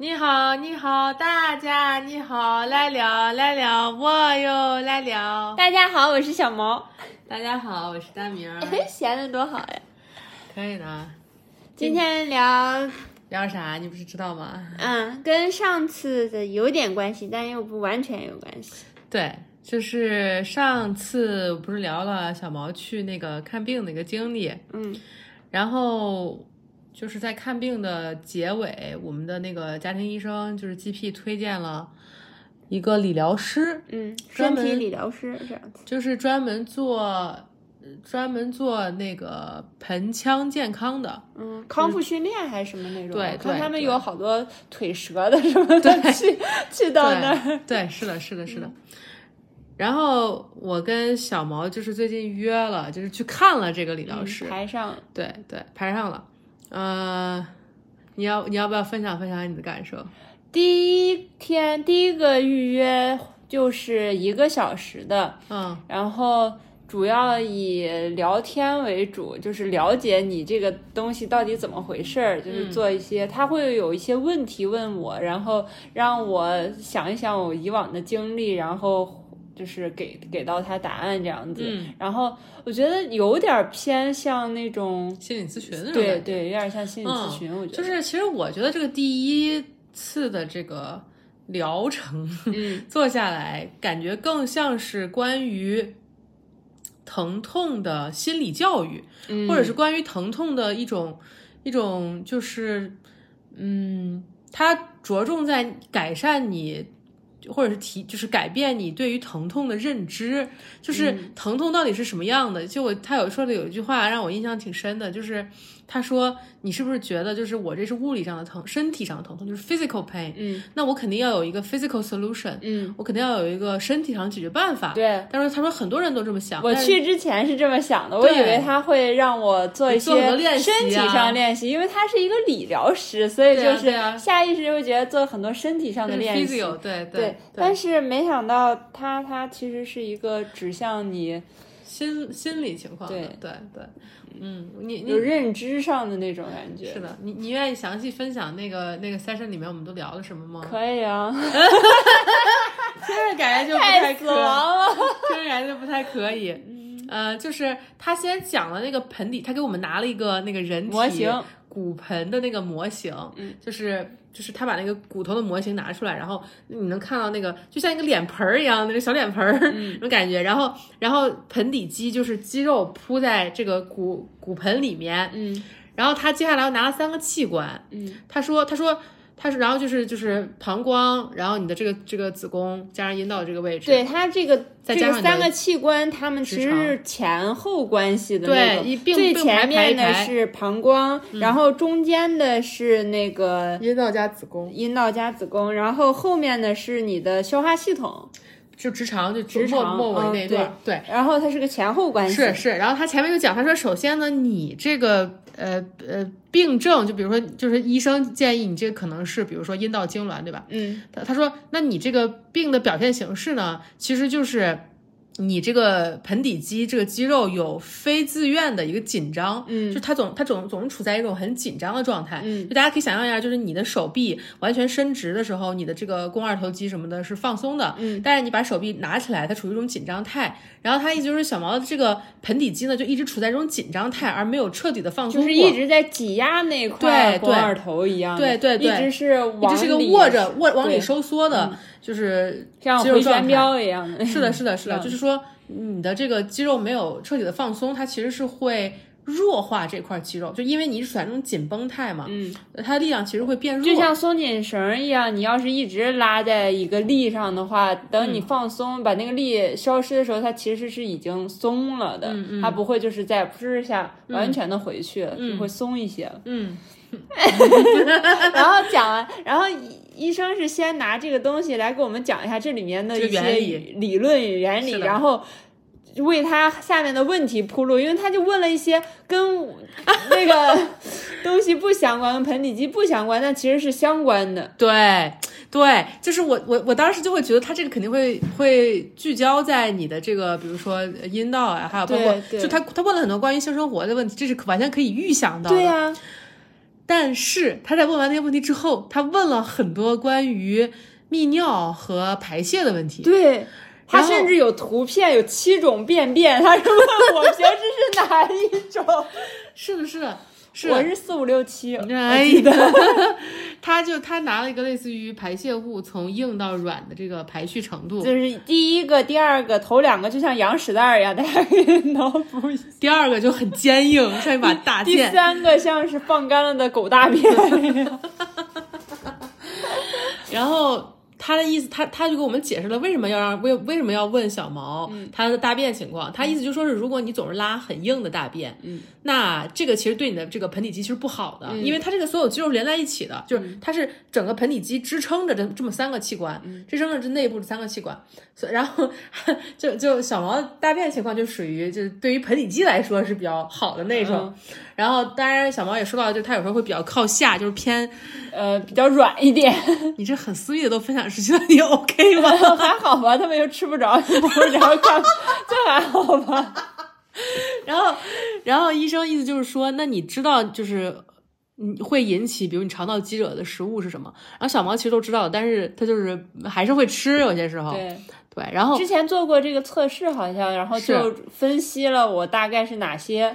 你好，你好，大家你好，来了来了，我又来了。大家好，我是小毛。大家好，我是大明儿。闲的多好呀！可以的。 今天聊，聊啥？你不是知道吗？嗯，跟上次的有点关系，但又不完全有关系。对，就是上次不是聊了小毛去那个看病的一个经历，嗯然后就是在看病的结尾，我们的那个家庭医生就是 GP 推荐了一个理疗师，嗯，专身门体理疗师这样子。就是专门做呃专门做那个盆腔健康的。嗯，康复训练还是什么那种？对我看对他们对有好多腿折的什么的， 去去到那儿。 嗯对，对，是的，是的，是的。然后我跟小毛就是最近约了，就是去看了这个理疗师，嗯排上，对对，排上了。呃，你要你要不要分享分享你的感受？第一天第一个预约就是一个小时的，嗯，然后主要以聊天为主，就是了解你这个东西到底怎么回事儿，嗯就是做一些，他会有一些问题问我，然后让我想一想我以往的经历，然后。就是给给到他答案这样子，嗯然后我觉得有点儿偏向那种，心理咨询那种对感觉，嗯对，有点儿像心理咨询，我觉得就是其实我觉得这个第一次的这个疗程， 嗯，做下来感觉更像是关于疼痛的心理教育。嗯或者是关于疼痛的一种一种就是，嗯，它着重在改善你。或者是提，就是改变你对于疼痛的认知，就是嗯疼痛到底是什么样的。就我他有说的有一句话让我印象挺深的，就是他说你是不是觉得就是我这是物理上的疼，身体上的疼痛，就是 physical pain，嗯那我肯定要有一个 physical solution，嗯，我肯定要有一个身体上的解决办法。，对，但是他说很多人都这么想，我但是去之前是这么想的，我以为他会让我做一些做很多练习啊身体上练习，因为他是一个理疗师，所以对啊就对是啊下意识会觉得做很多身体上就的是练习。 physio，对对对，但是没想到他他其实是一个指向你心心理情况的，对对对，嗯，你有你认知上的那种感觉。是的，你你愿意详细分享那个那个 session 里面我们都聊了什么吗？可 以啊，听着感觉就不太太死可以，亡了。听着感觉就不太可以。嗯呃，就是他先讲了那个盆底，他给我们拿了一个那个人体模型骨盆的那个模型，嗯，就是就是他把那个骨头的模型拿出来，然后你能看到那个就像一个脸盆儿一样那个小脸盆儿、嗯 那种感觉，然后然后盆底肌就是肌肉铺在这个骨骨盆里面，嗯然后他接下来又拿了三个器官，嗯他说他说他说，然后就是就是膀胱，然后你的这个这个子宫加上阴道这个位置，对他这个再这加上个你的三个器官，他们其实直是前后关系的对那种。一并最并排前面排一的排嗯是膀胱，然后中间的是那个阴道加子宫，阴道加子宫，然后后面的是你的消化系统，就直肠就直末肠末尾嗯那一段儿，对。然后它是个前后关系。是是，然后他前面就讲，他说，首先呢，你这个呃呃病症，就比如说，就是医生建议你这个可能是，比如说阴道痉挛，对吧？嗯他他说，那你这个病的表现形式呢，其实就是你这个盆底肌这个肌肉有非自愿的一个紧张，嗯就它总它总总是处在一种很紧张的状态。嗯就大家可以想象一下，就是你的手臂完全伸直的时候，你的这个肱二头肌什么的是放松的，嗯，但是你把手臂拿起来，它处于一种紧张态。然后它意思就是小毛的这个盆底肌呢，就一直处在这种紧张态，而没有彻底的放松就过，是一直在挤压那块对肱二头一样的，对对对一直是一往直是个里握着握往里对收缩的，就是像肌肉回状旋态。镖一样的。是的，是的，是的，嗯就是说你的这个肌肉没有彻底的放松，它其实是会弱化这块肌肉，就因为你一直处在这种紧绷态嘛，嗯，它的力量其实会变弱。就像松紧绳一样，你要是一直拉在一个力上的话，等嗯你放松，把那个力消失的时候，它其实是已经松了嗯的，它不会就是在扑哧一下完全的回去了，就会松一些了。嗯， 然后讲完，然后医医生是先拿这个东西来给我们讲一下这里面的这个一些原理理论与原理，是的然后。为他下面的问题铺路，因为他就问了一些跟我那个 东西不相关、跟盆底肌不相关，但其实是相关的。对对，就是我我我当时就会觉得它这个肯定会会聚焦在你的这个，比如说阴道啊，还有包括对对就他他问了很多关于性生活的问题，这是可完全可以预想到的。对呀、但是他在问完那些问题之后，他问了很多关于泌尿和排泄的问题。对。他然后甚至有图片，有七种便便，他是问我平时是哪一种？是的，是的， 是我是四五六七，哎我记得。他就他拿了一个类似于排泄物从硬到软的这个排序程度， 就是第一个、第二个、头两个就像羊屎蛋儿一样，大家可以 脑补一下。第二个就很坚硬，像一把大第剑。三个像是放干了的狗大便， 然后他的意思，他他就给我们解释了为什么要让为为什么要问小毛嗯他的大便情况。他意思就说是，如果你总是拉很硬的大便，嗯，那这个其实对你的这个盆底肌其实不好的，因为它这个所有肌肉连在一起的，嗯就是它是整个盆底肌支撑着这这么三个器官，嗯支撑着这内部三个器官。所以然后就就小毛大便情况就属于就是对于盆底肌来说是比较好的那种。嗯然后当然小毛也说到，就是他有时候会比较靠下，就是偏呃，比较软一点， 你这很私密的都分享出去了，你 OK 吗？还好吧？他们又吃不着，摸不着， 看不，这还好吧？然后，然后医生意思就是说，那你知道就是你会引起，比如你肠道积惹的食物是什么？然后小毛其实都知道，但是他就是还是会吃，有些时候对，对然后之前做过这个测试，好像，然后就是分析了我大概是哪些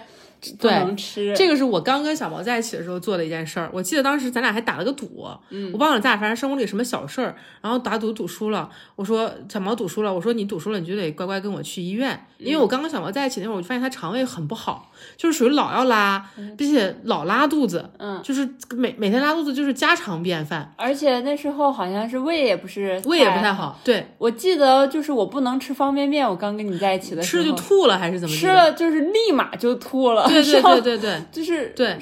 不对能 吃。这个是我刚跟小毛在一起的时候做的一件事儿。我记得当时咱俩还打了个赌，嗯，我忘了咱俩反正生活里有什么小事儿，然后打赌赌输了。我说小毛赌输了，我说你赌输了你就得乖乖跟我去医院，因为嗯我刚跟小毛在一起那会儿，我就发现他肠胃很不好，就是属于老要拉，并且老拉肚子，嗯，就是每每天拉肚子就是家常便饭，而且那时候好像是胃也不是，胃也不太。好，对，我记得就是我不能吃方便面，我刚跟你在一起的时吃候了就吐了还是怎么？吃，了就是立马就吐了，对对然后对对对， 就是对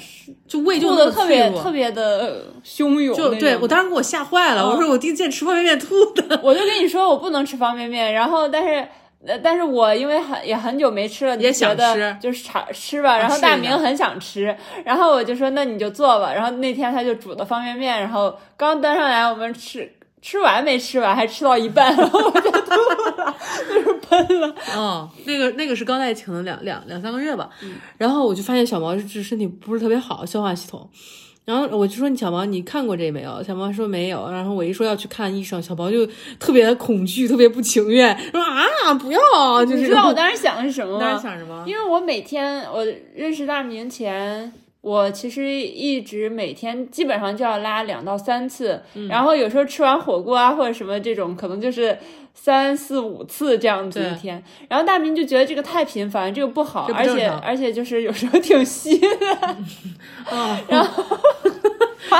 就胃就吐那么的特脆别弱特别的汹涌那就种。嗯对我当时给我吓坏了，我说我第一次见吃方便面吐的，我就跟你说我不能吃方便面，然后但是。呃，但是我因为很也很久没吃了，也你觉想得吃啊就是尝吃吧。然后试一大下明很想吃，然后我就说那你就做吧。然后那天他就煮的方便面，然后刚端上来，我们吃吃完没吃完，还吃到一半， 然后我就吐了，就是喷了。嗯，那个那个是刚在一起可能两两两三个月吧，嗯然后我就发现小毛就是身体不是特别好，消化系统。然后我就说：“你小毛，你看过这没有？”小毛说没有。然后我一说要去看医生，小毛就特别恐惧，特别不情愿，说啊不要， 就是你知道我当时想的是什么吗？当时想什么？因为我每天我认识大明前，我其实一直每天基本上就要拉两到三次，嗯然后有时候吃完火锅啊或者什么这种，可能就是三四五次这样子对一天。然后大明就觉得这个太频繁，这个不好，这不而正且常而且就是有时候挺稀的。啊，然后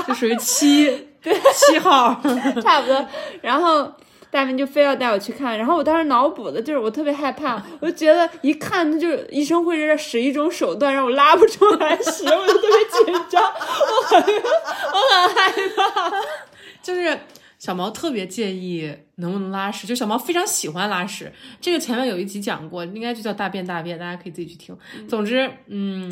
就属于 七七号，差不多。然后大明就非要带我去看，然后我当时脑补的就是我特别害怕，我就觉得一看他就是医生会在使一种手段让我拉不出来屎，我就特别紧张，我很我很害怕。就是小毛特别介意能不能拉屎，就小毛非常喜欢拉屎。这个前面有一集讲过，应该就叫大便大便，大家可以自己去听。总之，嗯，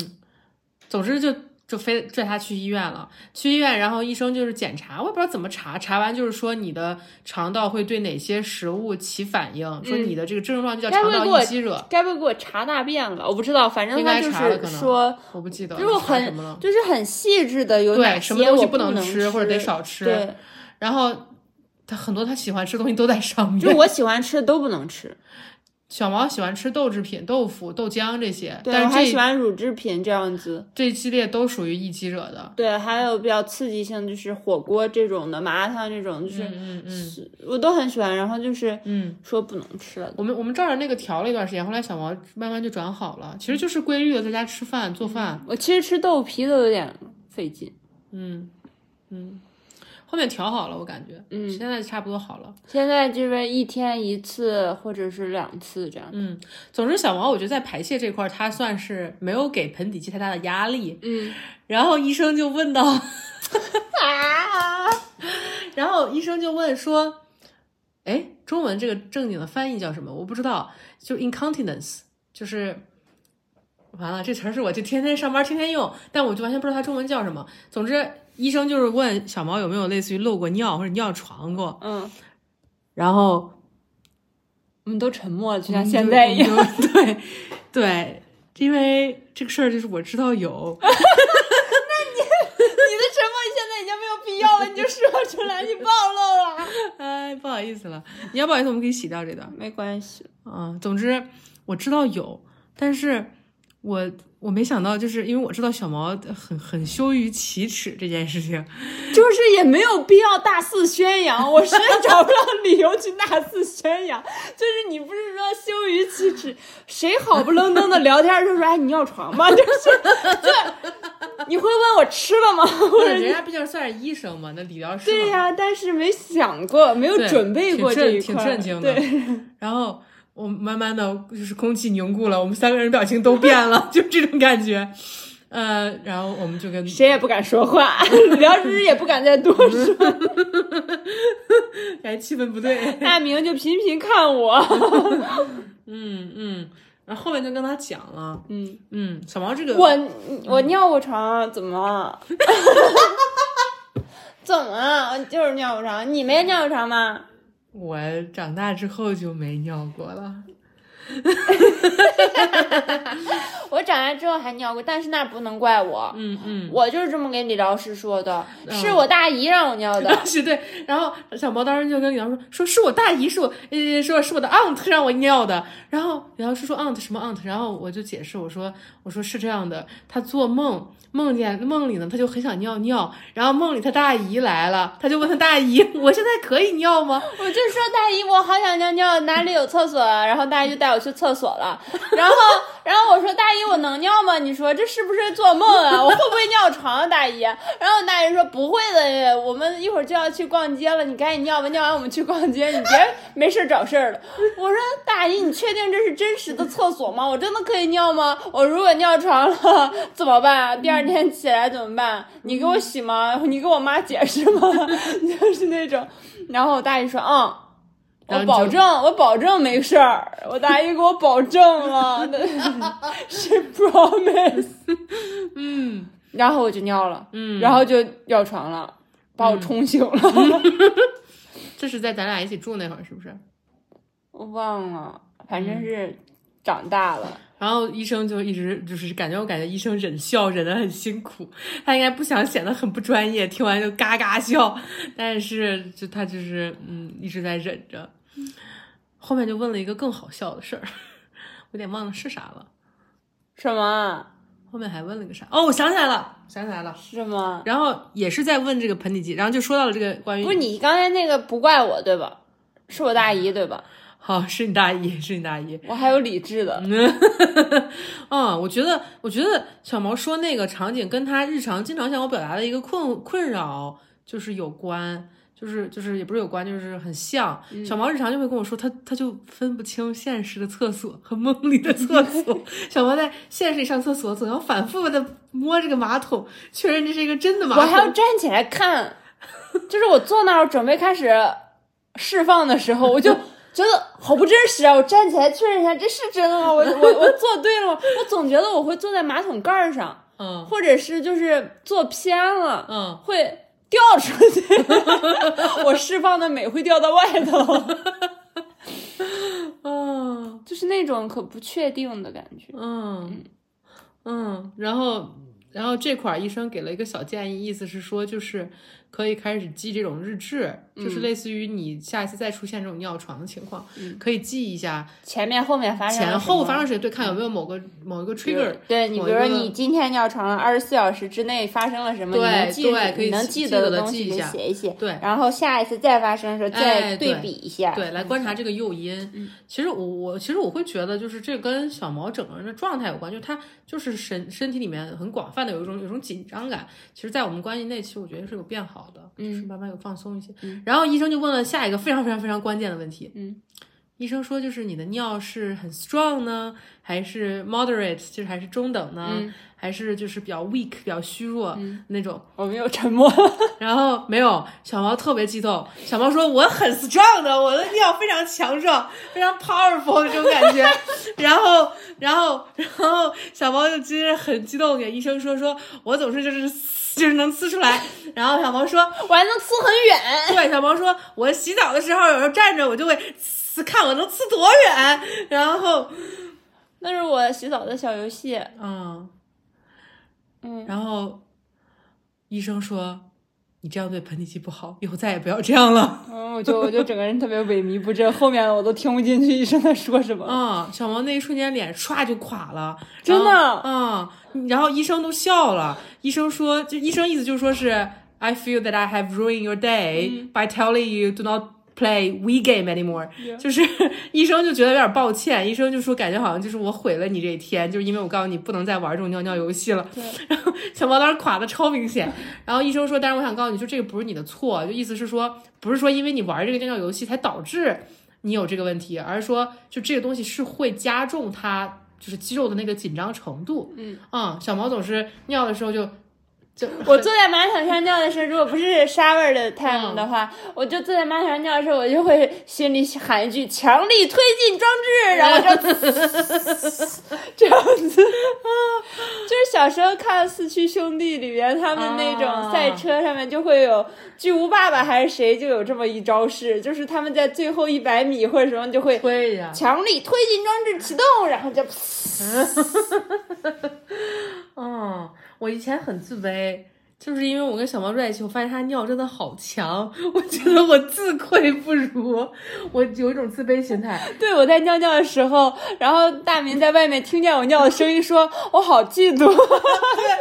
总之就就非拽他去医院了。去医院，然后医生就是检查，我也不知道怎么查，查完就是说你的肠道会对哪些食物起反应，说嗯你的这个症状就叫该肠不会道给我易激惹。 该不会给我查大便吧？我不知道，反正应他该就查了可是能说。我不记得就是查很什么了。就是很细致的有哪对，些什么东西我不能吃或者得少吃。 对，然后他很多他喜欢吃的东西都在上就是面。我喜欢吃的都不能吃。小毛喜欢吃豆制品、豆腐、豆浆这些，对，我但还是喜这欢乳制品这样子。这一系列都属于易激惹的。对，还有比较刺激性就是火锅这种的，麻辣烫这种，就是、嗯嗯嗯我都很喜欢。然后就是嗯，说不能吃了，我们我们照着那个调了一段时间，后来小毛慢慢就转好了。其实就是规律的在家吃饭、做饭。我其实吃豆皮都有点费劲，嗯嗯，后面调好了，我感觉，嗯现在差不多好了。现在就是一天一次或者是两次这样。嗯，总之小毛我觉得在排泄这块儿，他算是没有给盆底肌太大的压力。嗯然后医生就问到。啊，然后医生就问说：“哎，中文这个正经的翻译叫什么？我不知道，就 incontinence，就是完了，这词儿是我就天天上班天天用，但我就完全不知道它中文叫什么。总之，医生就是问小毛有没有类似于漏过尿或者尿床过，嗯，然后我们都沉默了，就像现在一样。样，我们就 对对，因为这个事儿就是我知道有， 你的这要了你就说出来，你暴露了。哎，不好意思了，你要不好意思，我们可以洗掉这段。没关系，啊，总之我知道有，但是我我没想到，就是因为我知道小毛很很羞于启齿这件事情，就是也没有必要大肆宣扬，我实在找不到理由去大肆宣扬。就是你不是说羞于启齿，谁好不愣登的聊天就说哎你尿床吗？ 就是这，你会问我吃了吗？或者人家毕竟算是医生嘛，那理疗师对嘛呀、但是没想过，没有对准备过挺这震一块，挺震惊的对，然后我慢慢的就是空气凝固了，我们三个人表情都变了， 就这种感觉。呃，然后我们就跟谁也不敢说话， 聊之也不敢再多说。 哎气氛不对，大明嗯就频频看 我，嗯嗯，然后后面就跟他讲了，嗯，嗯，小毛这个我我尿过床，怎么？ 怎么？我就是尿过床，你没尿过床吗？我长大之后就没尿过了，我长大之后还尿过，但是那不能怪我，嗯嗯。我就是这么给理疗师说的，是我大姨让我尿的。是对，然后小毛当时就跟李阳说，说是我大姨，是我，呃，说是我的 aunt 让我尿的。然后李阳是说 aunt 什么 aunt，然后我就解释，我说我说是这样的，他做梦梦见梦里呢，他就很想尿尿，然后梦里他大姨来了，他就问他大姨， 我现在可以尿吗？我就说大姨，我好想尿尿，哪里有厕所啊？然后大姨就带我去厕所了。然后，然后我说大姨，我能尿吗？你说这是不是做梦啊？我会不会尿床啊，大姨？然后大姨说不会的，我们一会儿就要去逛街了，你赶紧尿吧，尿完我们去逛街，你别没事儿找事儿了。我说大姨，你确定这是真实的厕所吗？我真的可以尿吗？我如果尿床了怎么办啊？第二天起来怎么办？啊你给我洗吗？你给我妈解释吗？ 就是那种。然后我大姨说，嗯。然我后你就保证，我保证没 事儿。我大姨给我保证了，she promise。 嗯然后我就尿了，嗯，然后就尿床了，把我冲醒了。嗯 这是在咱俩一起住那会儿是不是？我忘了，反正是嗯长大了。然后医生就一直就是感觉我感觉医生忍笑忍得很辛苦，他应该不想显得很不专业，听完就嘎嘎笑，但是就他就是嗯一直在忍着。后面就问了一个更好笑的事儿，我有点忘了是啥了。什么？后面还问了个啥？哦，我想起来了，想起来了。是吗？然后也是在问这个盆底肌，然后就说到了这个关于不是你刚才那个不怪我对吧？是我大姨对吧？好是你大姨，是你大姨。我还有理智的。 嗯，我觉得，我觉得小毛说那个场景跟他日常经常向我表达的一个困困扰就是有关，就是就是也不是有关，就是很像。嗯小毛日常就会跟我说，他他就分不清现实的厕所和梦里的厕 所。小毛在现实里上厕所，总要反复的摸这个马桶，确认这是一个真的马我桶。还要站起来看， 就是我坐那儿准备开始释放的时候，我 就觉得好不真实啊！我站起来确认一下，这是真的吗？我我 我坐对了吗？我总觉得我会坐在马桶盖儿上，嗯或者是就是坐偏了，嗯，会掉出 去。我释放的美会掉到外头， 嗯就是那种可不确定的感觉。嗯嗯，然后。然后这块儿医生给了一个小建议，意思是说，就是可以开始记这种日志，就是嗯类似于你下一次再出现这种尿床的情况，可以记一下前面后嗯面发生了前什后么发生谁，对，看有没有某个某一个比如 trigger。对你，某比如一说个你今天尿床了，二十四小时之内发生了什么，你对能记对可以你能记记得得的东记西一你下写一写，对然后下一次再发生的时候哎再对对比一下，对，来观察这个诱因。其实我我其实我会觉得，就是这跟小毛整个人的状态有关，就是他就是身身体里面很广泛的有一种有一种紧张感。其实，在我们关系内，其实我觉得是有变好的，就是慢慢有放松一些。然后医生就问了下一个非常非常非常关键的问题，嗯，医生说就是你的尿是很 strong 呢，还是 moderate，就是还是中等呢，还是就是比较 weak 比较虚弱、那种。我们又沉默了。 然后没有，小毛特别激动。小毛说：“我很 strong 的，我的尿非常强壮，非常 powerful 这种感觉。”然后，然后，然后小毛就接着很激动，给医生说：“说我总是就是呲就是能呲出来。”然后小毛说我还能呲很远，：“对，小毛说，我洗澡的时候有时候站着，我就会呲，看我能呲多远。”然后，那是我洗澡的小游戏。嗯，嗯然后医生说：“你这样对盆底肌不好，以后再也不要这样了。嗯，我就我就整个人特别萎靡不振，后面我都听不进去医生在说什么。啊、小毛那一瞬间脸唰就垮了，真的啊、嗯然后医生都笑了，医生说，就医生意思就是说是 I feel that I have ruined your day、by 嗯 telling you do not play we game anymore，、就是 医生就觉得有点抱歉，医生就说感觉好像就是我毁了你这一天，就是因为我告诉你不能再玩这种尿尿游戏了。对 然后小毛当时垮的超明显，然后医生说，但是我想告诉你就这个不是你的错，就意思是说不是说因为你玩这个尿尿游戏才导致。你有这个问题，而是说就这个东西是会加重它就是肌肉的那个紧张程度。嗯啊、小毛总是尿的时 候就就 我坐在马桶上尿的时候，如果不是沙味儿的 time 的话，我就坐在马桶上尿的时候，我就会心里喊一句“强力推进装置”，然后就 这样子。就是小时候看《四驱兄弟》里面他们那种赛车上面就会有巨无霸吧还是谁就有这么一招式，就是他们在最后一百米或者什么就会推呀、强力推进装置启动，然后就嗯，我以前很自卑，就是因为我跟小毛在一起，我发现他尿真的好强， 我觉得我自愧不如，我有一种自卑心态。对，我在尿尿的时候，然后大明在外面听见我尿的声音说， 我好嫉 妒，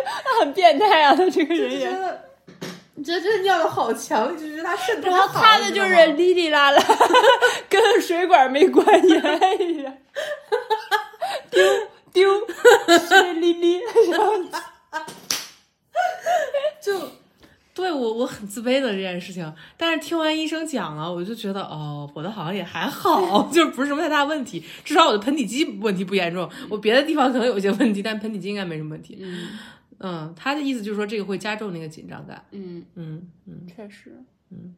他很变态啊，他这个人也。得你觉得这尿的好强，你就觉得他渗透然后他的就是哩哩啦 啦，跟水管没关系，哎呀，丢丢，血哩哩，然后就对我我很自卑的这件事情，但是听完医生讲了，我就觉得哦，我的好像也还好， 就是不是什么太大问题，至少我的盆底肌问题不严重，我别的地方可能有一些问题，但盆底肌应该没什么问题。嗯嗯，他的意思就是说这个会加重那个紧张感。嗯，嗯嗯，确实，嗯，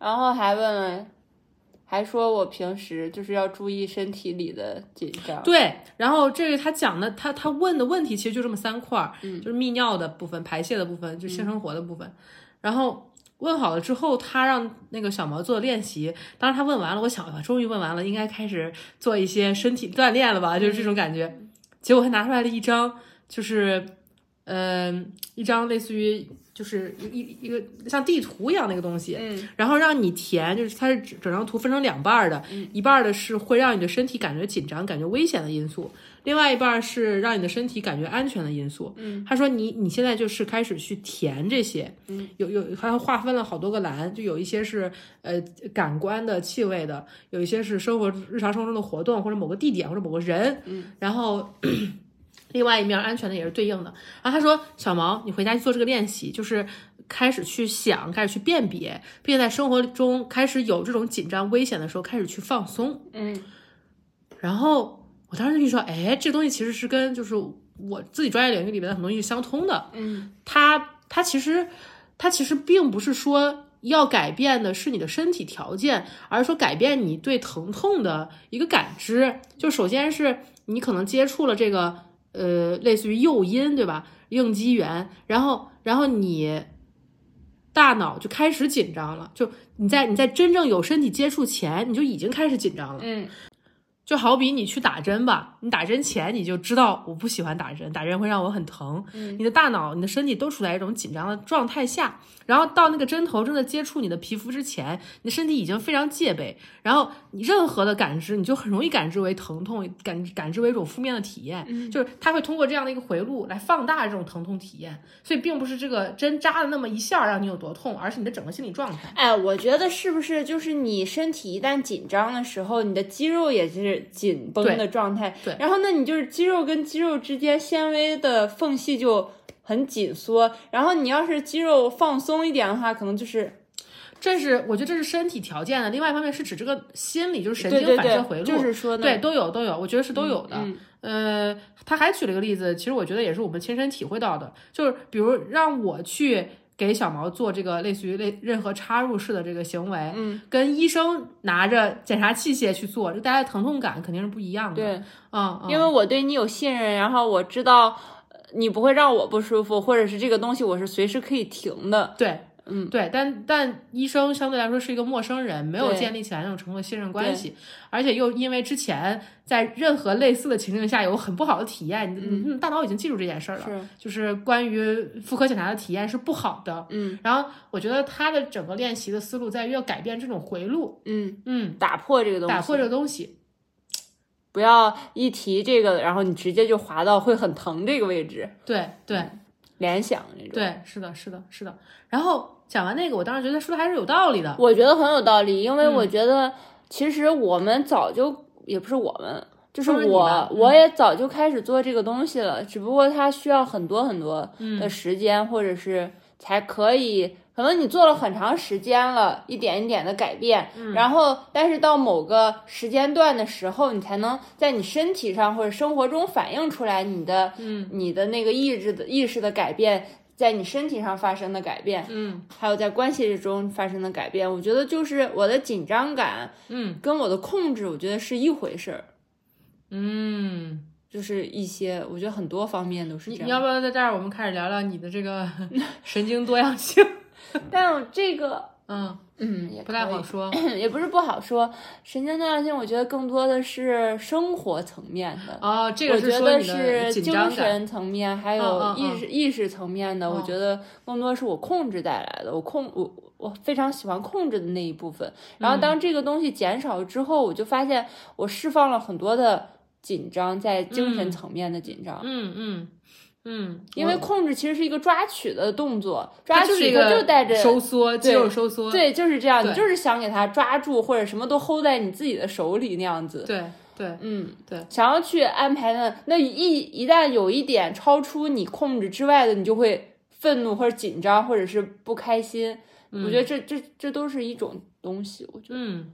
然后还问了，还说我平时就是要注意身体里的紧张，对。然后这个他讲的，他他问的问题其实就这么三块儿，就是泌尿的部分、排泄的部分，就性生活的部分。然后问好了之后，他让那个小毛做练习。当时他问完了，我想啊，终于问完了，应该开始做一些身体锻炼了吧，就是这种感觉。结果他拿出来了一张，就是嗯、一张类似于就是一一一个像地图一样的一个东西，嗯，然后让你填，就是它是整整张图分成两半儿的，一半儿的是会让你的身体感觉紧张、感觉危险的因素，另外一半儿是让你的身体感觉安全的因素。嗯，他说你你现在就是开始去填这些，嗯，有有他划分了好多个栏，就有一些是呃感官的、气味的，有一些是生活日常生活中的活动或者某个地点或者某个人，嗯，然后。另外一面安全的也是对应的。然后他说：“小毛，你回家去做这个练习，就是开始去想，开始去辨别，并且在生活中开始有这种紧张、危险的时候，开始去放松。嗯”然后我当时就说：“哎，这东西其实是跟就是我自己专业领域里面的很多东西是相通的。嗯它它其实它其实并不是说要改变的是你的身体条件，而是说改变你对疼痛的一个感知。就首先是你可能接触了这个呃，类似于诱因对吧？应激源，然后然后你。大脑就开始紧张了，就你在你在真正有身体接触前，你就已经开始紧张了。嗯就好比你去打针吧，你打针前你就知道我不喜欢打针，打针会让我很疼。嗯你的大脑、你的身体都处在一种紧张的状态下，然后到那个针头正在接触你的皮肤之前，你的身体已经非常戒备，然后你任何的感知，你就很容易感知为疼痛，感感知为一种负面的体验。嗯就是它会通过这样的一个回路来放大这种疼痛体验，所以并不是这个针扎的那么一下让你有多痛，而是你的整个心理状态。哎，我觉得是不是就是你身体一旦紧张的时候，你的肌肉也是紧绷的状态，对对然后呢，你就是肌肉跟肌肉之间纤维的缝隙就很紧缩，然后你要是肌肉放松一点的话，可能就是这是我觉得这是身体条件的，另外一方面是指这个心理，就是神对经对反射回对，路，啊就是说呢，对都有都有，我觉得是都有的。嗯呃，他还举了一个例子，其实我觉得也是我们亲身体会到的，就是比如让我去给小毛做这个类似于类任何插入式的这个行为，嗯，跟医生拿着检查器械去做，这大家的疼痛感肯定是不一样的。对，嗯，嗯，因为我对你有信任，然后我知道呃你不会让我不舒服，或者是这个东西我是随时可以停的，对，嗯，对，但但医生相对来说是一个陌生人，没有对建立起来那种程度的信任关系，而且又因为之前在任何类似的情境下有很不好的体验，你嗯你大脑已经记住这件事儿了，是，就是关于妇科检查的体验是不好的。嗯然后我觉得他的整个练习的思路在于要改变这种回路，嗯，嗯，打破这个东西，打破这个东西。不要一提这个，然后你直接就滑到会很疼这个位置，对对联想那种。，对，是的，是的，是的。然后讲完那个，我当时觉得他说的还是有道理的。我觉得很有道理，因为嗯我觉得其实我们早就也不是我们。就是都是你吧我，嗯我也早就开始做这个东西了，只不过它需要很多很多嗯的时间，或者是才可以。可能你做了很长时间了，一点一点的改变，嗯然后但是到某个时间段的时候，你才能在你身体上或者生活中反映出来你的，嗯，你的那个意志的意识的改变，在你身体上发生的改变，嗯还有在关系之中发生的改变，我觉得就是我的紧张感嗯跟我的控制，我觉得是一回事儿，嗯，就是一些我觉得很多方面都是你这你要样。不要在这儿我们开始聊聊你的这个 神经多样性？ 但我这个嗯，嗯也不太可以好，说。 也不是不好说。神经多样性，我觉得更多的是生活层面 的。哦，这我个是觉说得你的是紧精张感。神层面，还有嗯嗯意嗯识、意识层面的，我嗯觉得更多是我控制带来的。我控我我非常喜欢控制的那一部分。然后当嗯这个东西减少之后，我就发现我释放了很多的紧张，在精神嗯层面的紧张。嗯嗯嗯，因为我控制其实是一个抓取的动作，抓它就是取一它个就带着收缩，肌对肉收缩。对，就是这样，你对就是想给它抓住，或者什么都 hold 在你自己的手里那样子。对对嗯，对，想要去安排的，那一一旦有一点超出你控制之外的，你就会愤怒或者紧张或者是不开心。我觉得这这这都是一种东西，我觉得，嗯，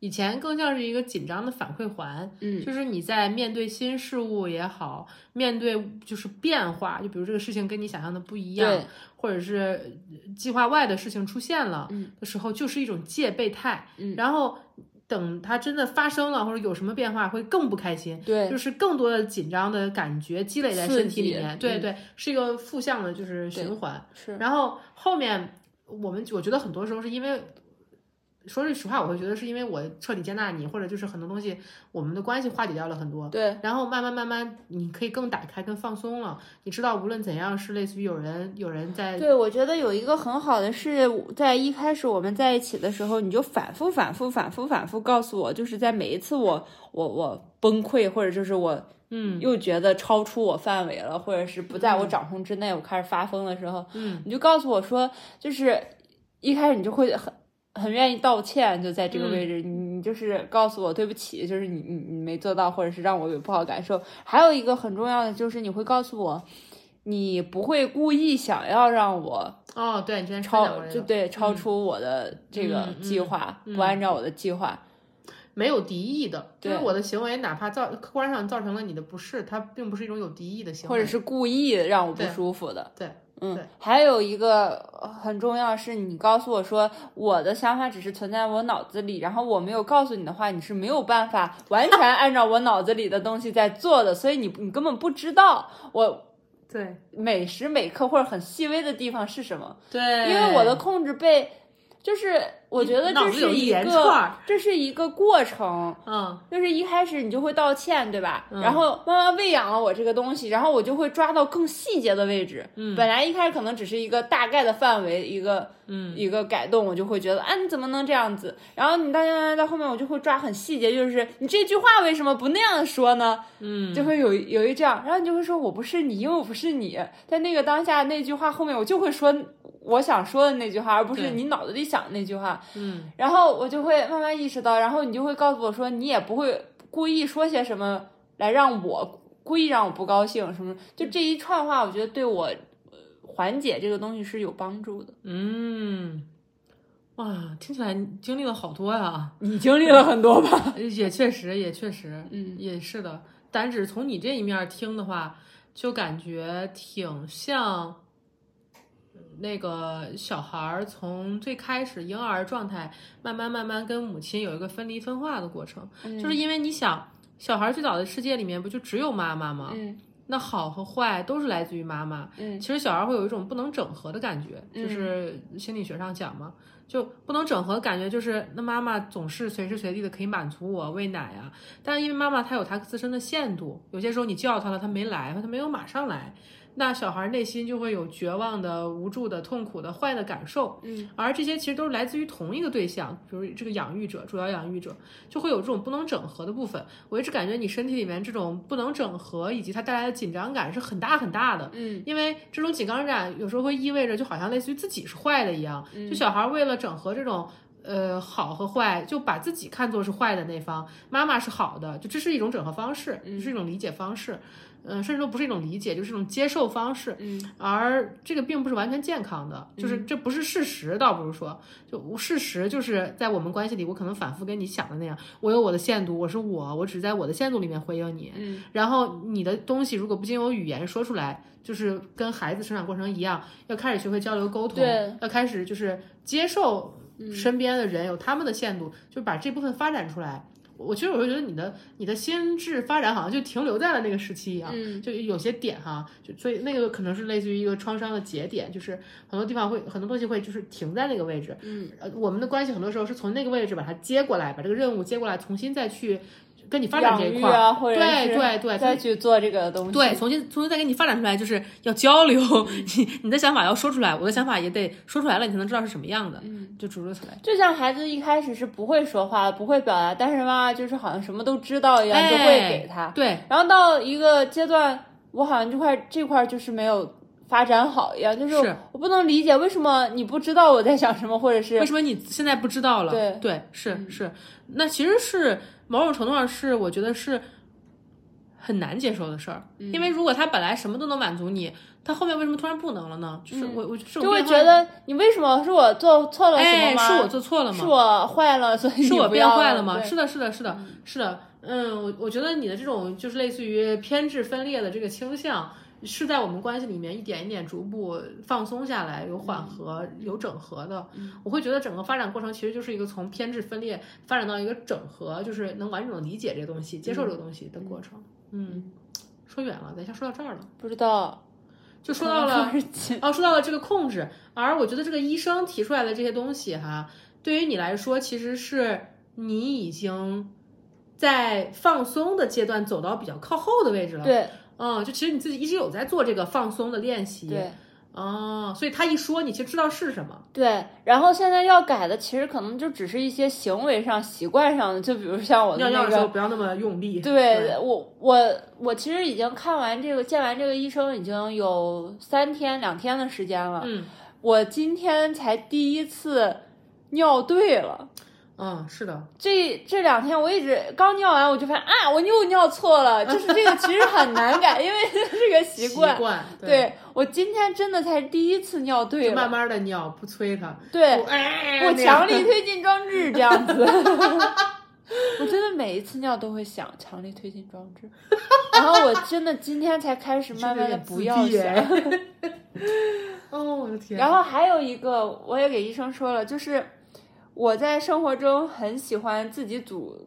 以前更像是一个紧张的反馈环，嗯就是你在面对新事物也好，面对就是变化，就比如这个事情跟你想象的不一样对，或者是计划外的事情出现了嗯的时候，就是一种戒备态，嗯然后。等它真的发生了，或者有什么变化，会更不开心。对嗯就是更多的紧张的感觉积累在刺身体里激面。对嗯对，是一个负向的，就是循环。是，然后后面我们我觉得很多时候是因为，说句实话，我会觉得是因为我彻底接纳你，或者就是很多东西我们的关系化解掉了很多。对，然后慢慢慢慢，你可以更打开、更放松了。你知道，无论怎样，是类似于有人有人在对，我觉得有一个很好的是在一开始我们在一起的时候，你就反复、反复、反复、反复告诉我，就是在每一次我、我、我崩溃，或者就是我，嗯，又觉得超出我范围了，或者是不在我掌控之内，我开始发疯的时候，嗯，你就告诉我说，就是一开始你就会很。很愿意道歉，就在这个位置，嗯你你就是告诉我对不起，就是你你你没做到，或者是让我有不好感受。还有一个很重要的就是你会告诉我，你不会故意想要让我哦，对你之前分享超过这就个，对超出我的这个嗯嗯计划，不按照我的计划，没有敌意的，就是对我的行为哪怕造客观上造成了你的不适，它并不是一种有敌意的行为，或者是故意让我不对舒服的。对，嗯对，还有一个呃很重要是，你告诉我说我的想法只是存在我脑子里，然后我没有告诉你的话，你是没有办法完全按照我脑子里的东西在做的，所以你你根本不知道我对每时每刻或者很细微的地方是什么，对，因为我的控制被，就是我觉得脑这子有是一一连个串儿这是一个过程，嗯就是一开始你就会道歉，对吧？然后慢慢喂养了我这个东西，然后我就会抓到更细节的位置。嗯，本来一开始可能只是一个大概的范围，一个嗯一个改动，我就会觉得啊你怎么能这样子？然后你到现在到后面，我就会抓很细节，就是你这句话为什么不那样说呢？嗯，就会有一有一这样，然后你就会说我不是你，因为我不是你。在那个当下那句话后面，我就会说我想说的那句话，而不是对你脑子里想的那句话。嗯，然后我就会慢慢意识到，然后你就会告诉我说，你也不会故意说些什么来让我故意让我不高兴什么，就这一串话，我觉得对我呃缓解这个东西是有帮助的。嗯，哇，听起来你经历了好多呀、 你经历了很多吧？也确实，也确实，嗯也是的。但只从你这一面听的话，就感觉挺像那个小孩儿从最开始婴儿状态，慢慢慢慢跟母亲有一个分离分嗯化的过程。就是因为你想，小孩儿最早的世界里面不就只有妈妈吗？嗯那好和坏都是来自于妈妈。嗯其实小孩会有一种不能整合的感觉，就是心理学上讲嘛，就不能整合的感觉，就是那妈妈总是随时随地的可以满足我喂奶啊，但是因为妈妈她有她自身的限度，有些时候你叫她了，她没来，她没有马上来，那小孩内心就会有绝望的、无助的、痛苦的、坏的感受。嗯，而这些其实都是来自于同一个对象，比如这个养育者、主要养育者，就会有这种不能整合的部分。我一直感觉你身体里面这种不能整合以及它带来的紧张感是很大很大的。嗯，因为这种紧张感有时候会意味着，就好像类似于自己是坏的一样。嗯就小孩为了整合这种呃好和坏，就把自己看作是坏的那方，妈妈是好的，就这是一种整合方式，是一种理解方式，嗯、甚至都不是一种理解，就是一种接受方式。嗯，而这个并不是完全健康的，就是这不是事实，倒不如说，就事实就是在我们关系里，我可能反复跟你想的那样，我有我的限度，我是我，我只在我的限度里面回应你。嗯，然后你的东西如果不经由语言说出来，就是跟孩子成长过程一样，要开始学会交流沟通对，嗯要开始就是接受身边的人有他们的限度，就把这部分发展出来。我我其实我就觉得你的你的心智发展好像就停留在了那个时期一样，嗯就有些点哈，就所以那个可能是类似于一个创伤的节点，就是很多地方会很多东西会就是停在那个位置，嗯，呃，我们的关系很多时候是从那个位置把它接过来，把这个任务接过来，重新再去跟你发展养这一育块儿，啊，或者对是对对再去做这个东西，对，重新重新再给你发展出来，就是要交流， 你你的想法要说出来，我的想法也得说出来了，你才能知道是什么样的，嗯，就诸如此类。就像孩子一开始是不会说话、不会表达，但是妈妈就是好像什么都知道一样，哎就会给他。对，然后到一个阶段，我好像这块这块就是没有发展好一样，就是是我不能理解为什么你不知道我在想什么，或者是为什么你现在不知道了？对嗯是是，那其实是某种程度上是我觉得是很难接受的事儿，嗯因为如果他本来什么都能满足你，他后面为什么突然不能了呢？就是我、我就嗯就会觉。得你为什么是我做错了什么哎，吗？是我做错了吗？是我坏了，所以是你我不变要坏了了吗？对是的，是的，是的，是的。嗯，我我觉得你的这种就是类似于偏执分裂的这个倾向，是在我们关系里面一点一点逐步放松下来，有缓和，有整合的。我会觉得整个发展过程其实就是一个从偏执分裂发展到一个整合，就是能完整的理解这个东西、接受这个东西的过程。嗯，说远了，等一下说到这儿了，不知道，就 说到了可能 是紧哦，说到了这个控制，而我觉得这个医生提出来的这些东西哈，对于你来说，其实是你已经在放松的阶段走到比较靠后的位置了。， 对嗯，就其实你自己一直有在做这个放松的练习。，对哦，所以他一说，你其实知道是什么。对。然后现在要改的，其实可能就只是一些行为上、习惯上的，就比如像我的尿哦那尿的时个候不要那么用力。对我，我我其实已经看完这个，见完这个医生已经有三天两天的时间了。嗯我今天才第一次尿对了，嗯，是的，这这两天我一直刚尿完，我就发现啊，我又尿错了，就是这个其实很难改，因为 这个习习惯。惯。对我今天真的才第一次尿对慢了，慢的尿，不催他。对不哎我那样强力推进装置这样 子。我真的每一次尿都会想强力推进装置，然后我真的今天才开始慢慢的不要你是有点想。自闭哎 哦，我的天！然后还有一个，我也给医生说了，就是我在生活中很喜欢自己组，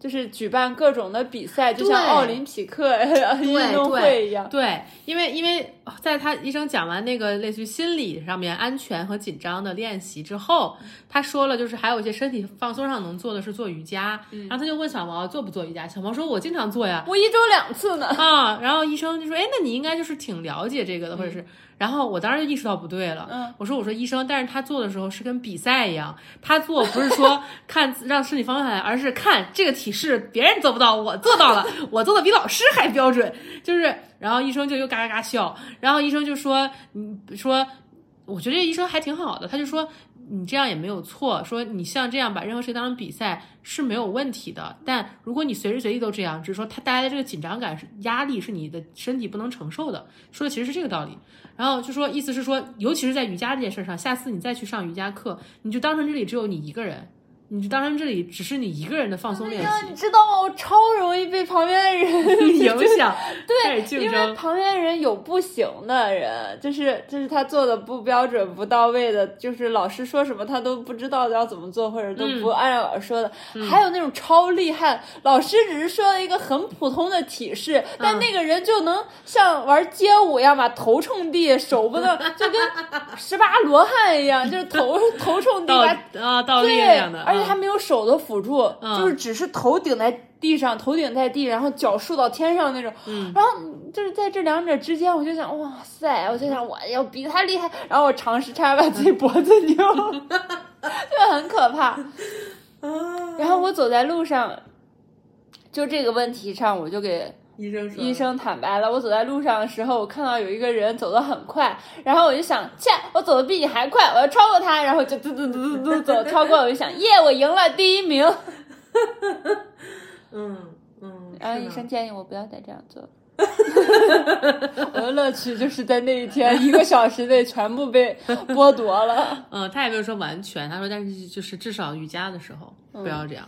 就是举办各种的比赛，就像对奥林匹克运动会一样。对，因为因为在他医生讲完那个类似于心理上面安全和紧张的练习之后，他说了就是还有一些身体放松上能做的是做瑜伽，然后他就问小毛做不做瑜伽，小毛说我经常做 呀。我一周两次呢。啊，然后医生就说：“哎，那你应该就是挺了解这个的，或者是……”然后我当时就意识到不对了。嗯，我说：“我说医生，但是他做的时候是跟比赛一样，他做不是说看让身体放下来，而是看这个体式别人做不到，我做到了，我做的比老师还标准。”就是，然后医生就又嘎嘎嘎笑，然后医生就说：“你说，我觉得这医生还挺好的，他就说。”你这样也没有错，说你像这样把任何事情当成比赛是没有问题的，但如果你随时随地都这样，只是说它带来的这个紧张感是压力是你的身体不能承受的，说的其实是这个道理。然后就说意思是说，尤其是在瑜伽这件事上，下次你再去上瑜伽课，你就当成这里只有你一个人，你当然这里只是你一个人的放松练呀， 习，你知道吗？我超容易被旁边的人 影响开对始， 竞因为争。旁边人有不行的人，就是就是他做的不标准、不到位的，就是老师说什么他都不知道要怎么做，或者都不嗯按照老师说的。还有那种超厉害，老师只是说了一个很普通的体式，嗯但那个人就能像玩街舞一样，把头冲地，手不能就跟十八罗汉一样，就是头 头冲地到把。啊，到力对，量的，而且嗯他没有手的辅助，就是只是头顶在地上，头顶在地，然后脚竖到天上那种。嗯然后就是在这两者之间，我就想，哇塞，我就想我要比他厉害，然后我尝试差点把自己脖子扭， 就很可怕。啊然后我走在路上，就这个问题上，我就给医生说医生坦白了，我走在路上的时候，我看到有一个人走得很快，然后我就想，切，我走的比你还快，我要超过他，然后就嘟嘟嘟嘟嘟走超过，我就想，耶，我赢了第一名。嗯嗯，然后是医的生建议我不要再这样做。 我的乐趣就是在那一天一个小时内全部被剥夺了。嗯，他也没有说完全，他说但是就是至少瑜伽的时候嗯不要这样，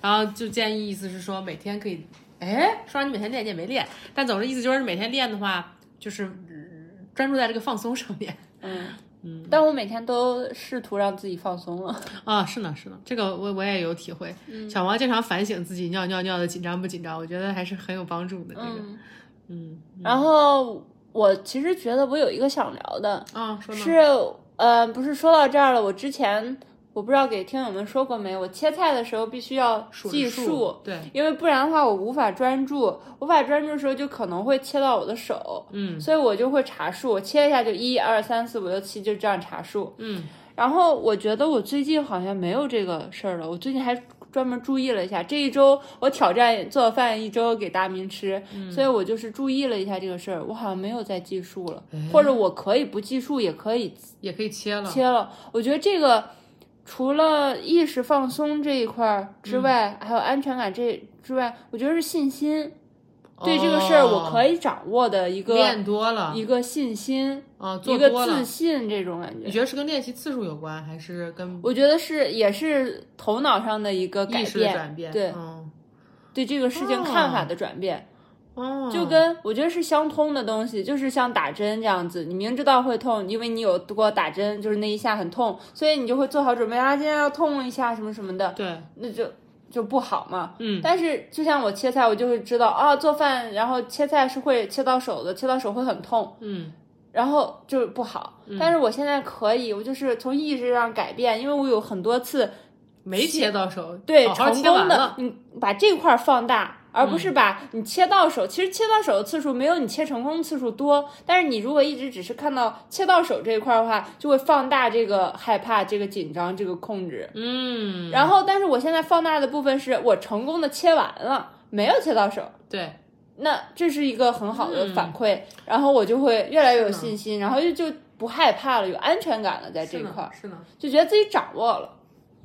然后就建议意思是说每天可以，哎，说让你每天练你也没练，但总之意思就是每天练的话，就是嗯专注在这个放松上面嗯嗯，但我每天都试图让自己放松了。啊，是呢是呢，这个我我也有体会，嗯小王经常反省自己尿尿尿的紧张不紧张，我觉得还是很有帮助的这个，嗯，嗯然后我其实觉得我有一个想聊的，啊，说呢是呃，不是说到这儿了。我之前我不知道给听友们说过没，我切菜的时候必须要数计着数，对，因为不然的话我无法专注，无法专注的时候就可能会切到我的手，嗯所以我就会查数，我切一下就一二三四五六七，就这样查数。嗯然后我觉得我最近好像没有这个事儿了，我最近还。专门注意了一下，这一周我挑战做饭一周给大明吃，嗯所以我就是注意了一下这个事儿，我好像没有再计数了，哎或者我可以不计数，也可以也可以切了，切了。我觉得这个除了意识放松这一块儿嗯之外，还有安全感这之外，我觉得是信心。对这个事儿，我可以以掌握的一个哦练多了一个信心，啊，一做个多了自。信这种感你觉。觉得是跟练习次数有关，还是跟我觉得是也是头脑上的一个改意识的变，转变？对嗯对这个事情哦看法的转变。哦，就跟我觉得是相通的东西，就是像打针这样子，你明知道会痛，因为你有过打针，就是那一下很痛，所以你就会做好准备啊，今天要痛一下什么什么的，对，那就就不好嘛。嗯但是就像我切菜，我就会知道啊，做饭然后切菜是会切到手的，切到手会很痛，嗯然后就是不好。但是我现在可以，我就是从意识上改变，因为我有很多次没切到手，对哦好好成切功完的，了，嗯你把这块儿放大。而不是把你切到手，其实切到手的次数没有你切成功的次数多，但是你如果一直只是看到切到手这一块儿的话，就会放大这个害怕、这个紧张、这个控制。嗯，然后，但是我现在放大的部分是我成功的切完了，没有切到手，对，那这是一个很好的反馈，然后我就会越来越嗯是有呢信心，然后就就不害怕了，有安全感了，在这是一呢块儿是呢，就觉得自己掌握了。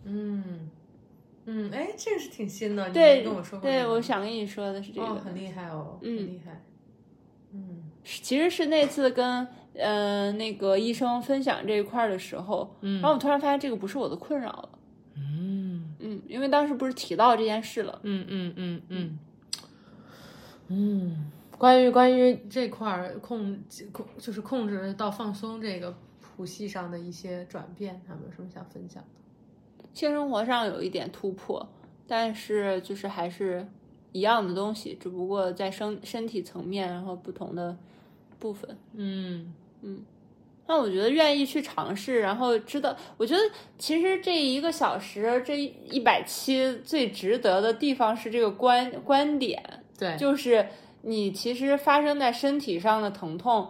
嗯嗯，哎，这个是挺新嗯的，你对，跟我说过这对个，我想跟你说的是这个，哦，很厉害哦，很嗯厉害，嗯是其实是那次跟呃那个医生分享这一块儿的时候，嗯然后我突然发现这个不是我的困扰了，嗯嗯，因为当时不是提到这件事了，嗯嗯嗯嗯嗯，关于关于这块儿控控就是控制到放松这个谱系上的一些转变，他们有什么想分享的？性生活上有一点突破，但是就是还是一样的东西，只不过在身身体层面，然后不同的部分。嗯那我觉得愿意去尝试，然后知道，我觉得其实这一个小时这一百期最值得的地方是这个观观点，，对就是你其实发生在身体上的疼痛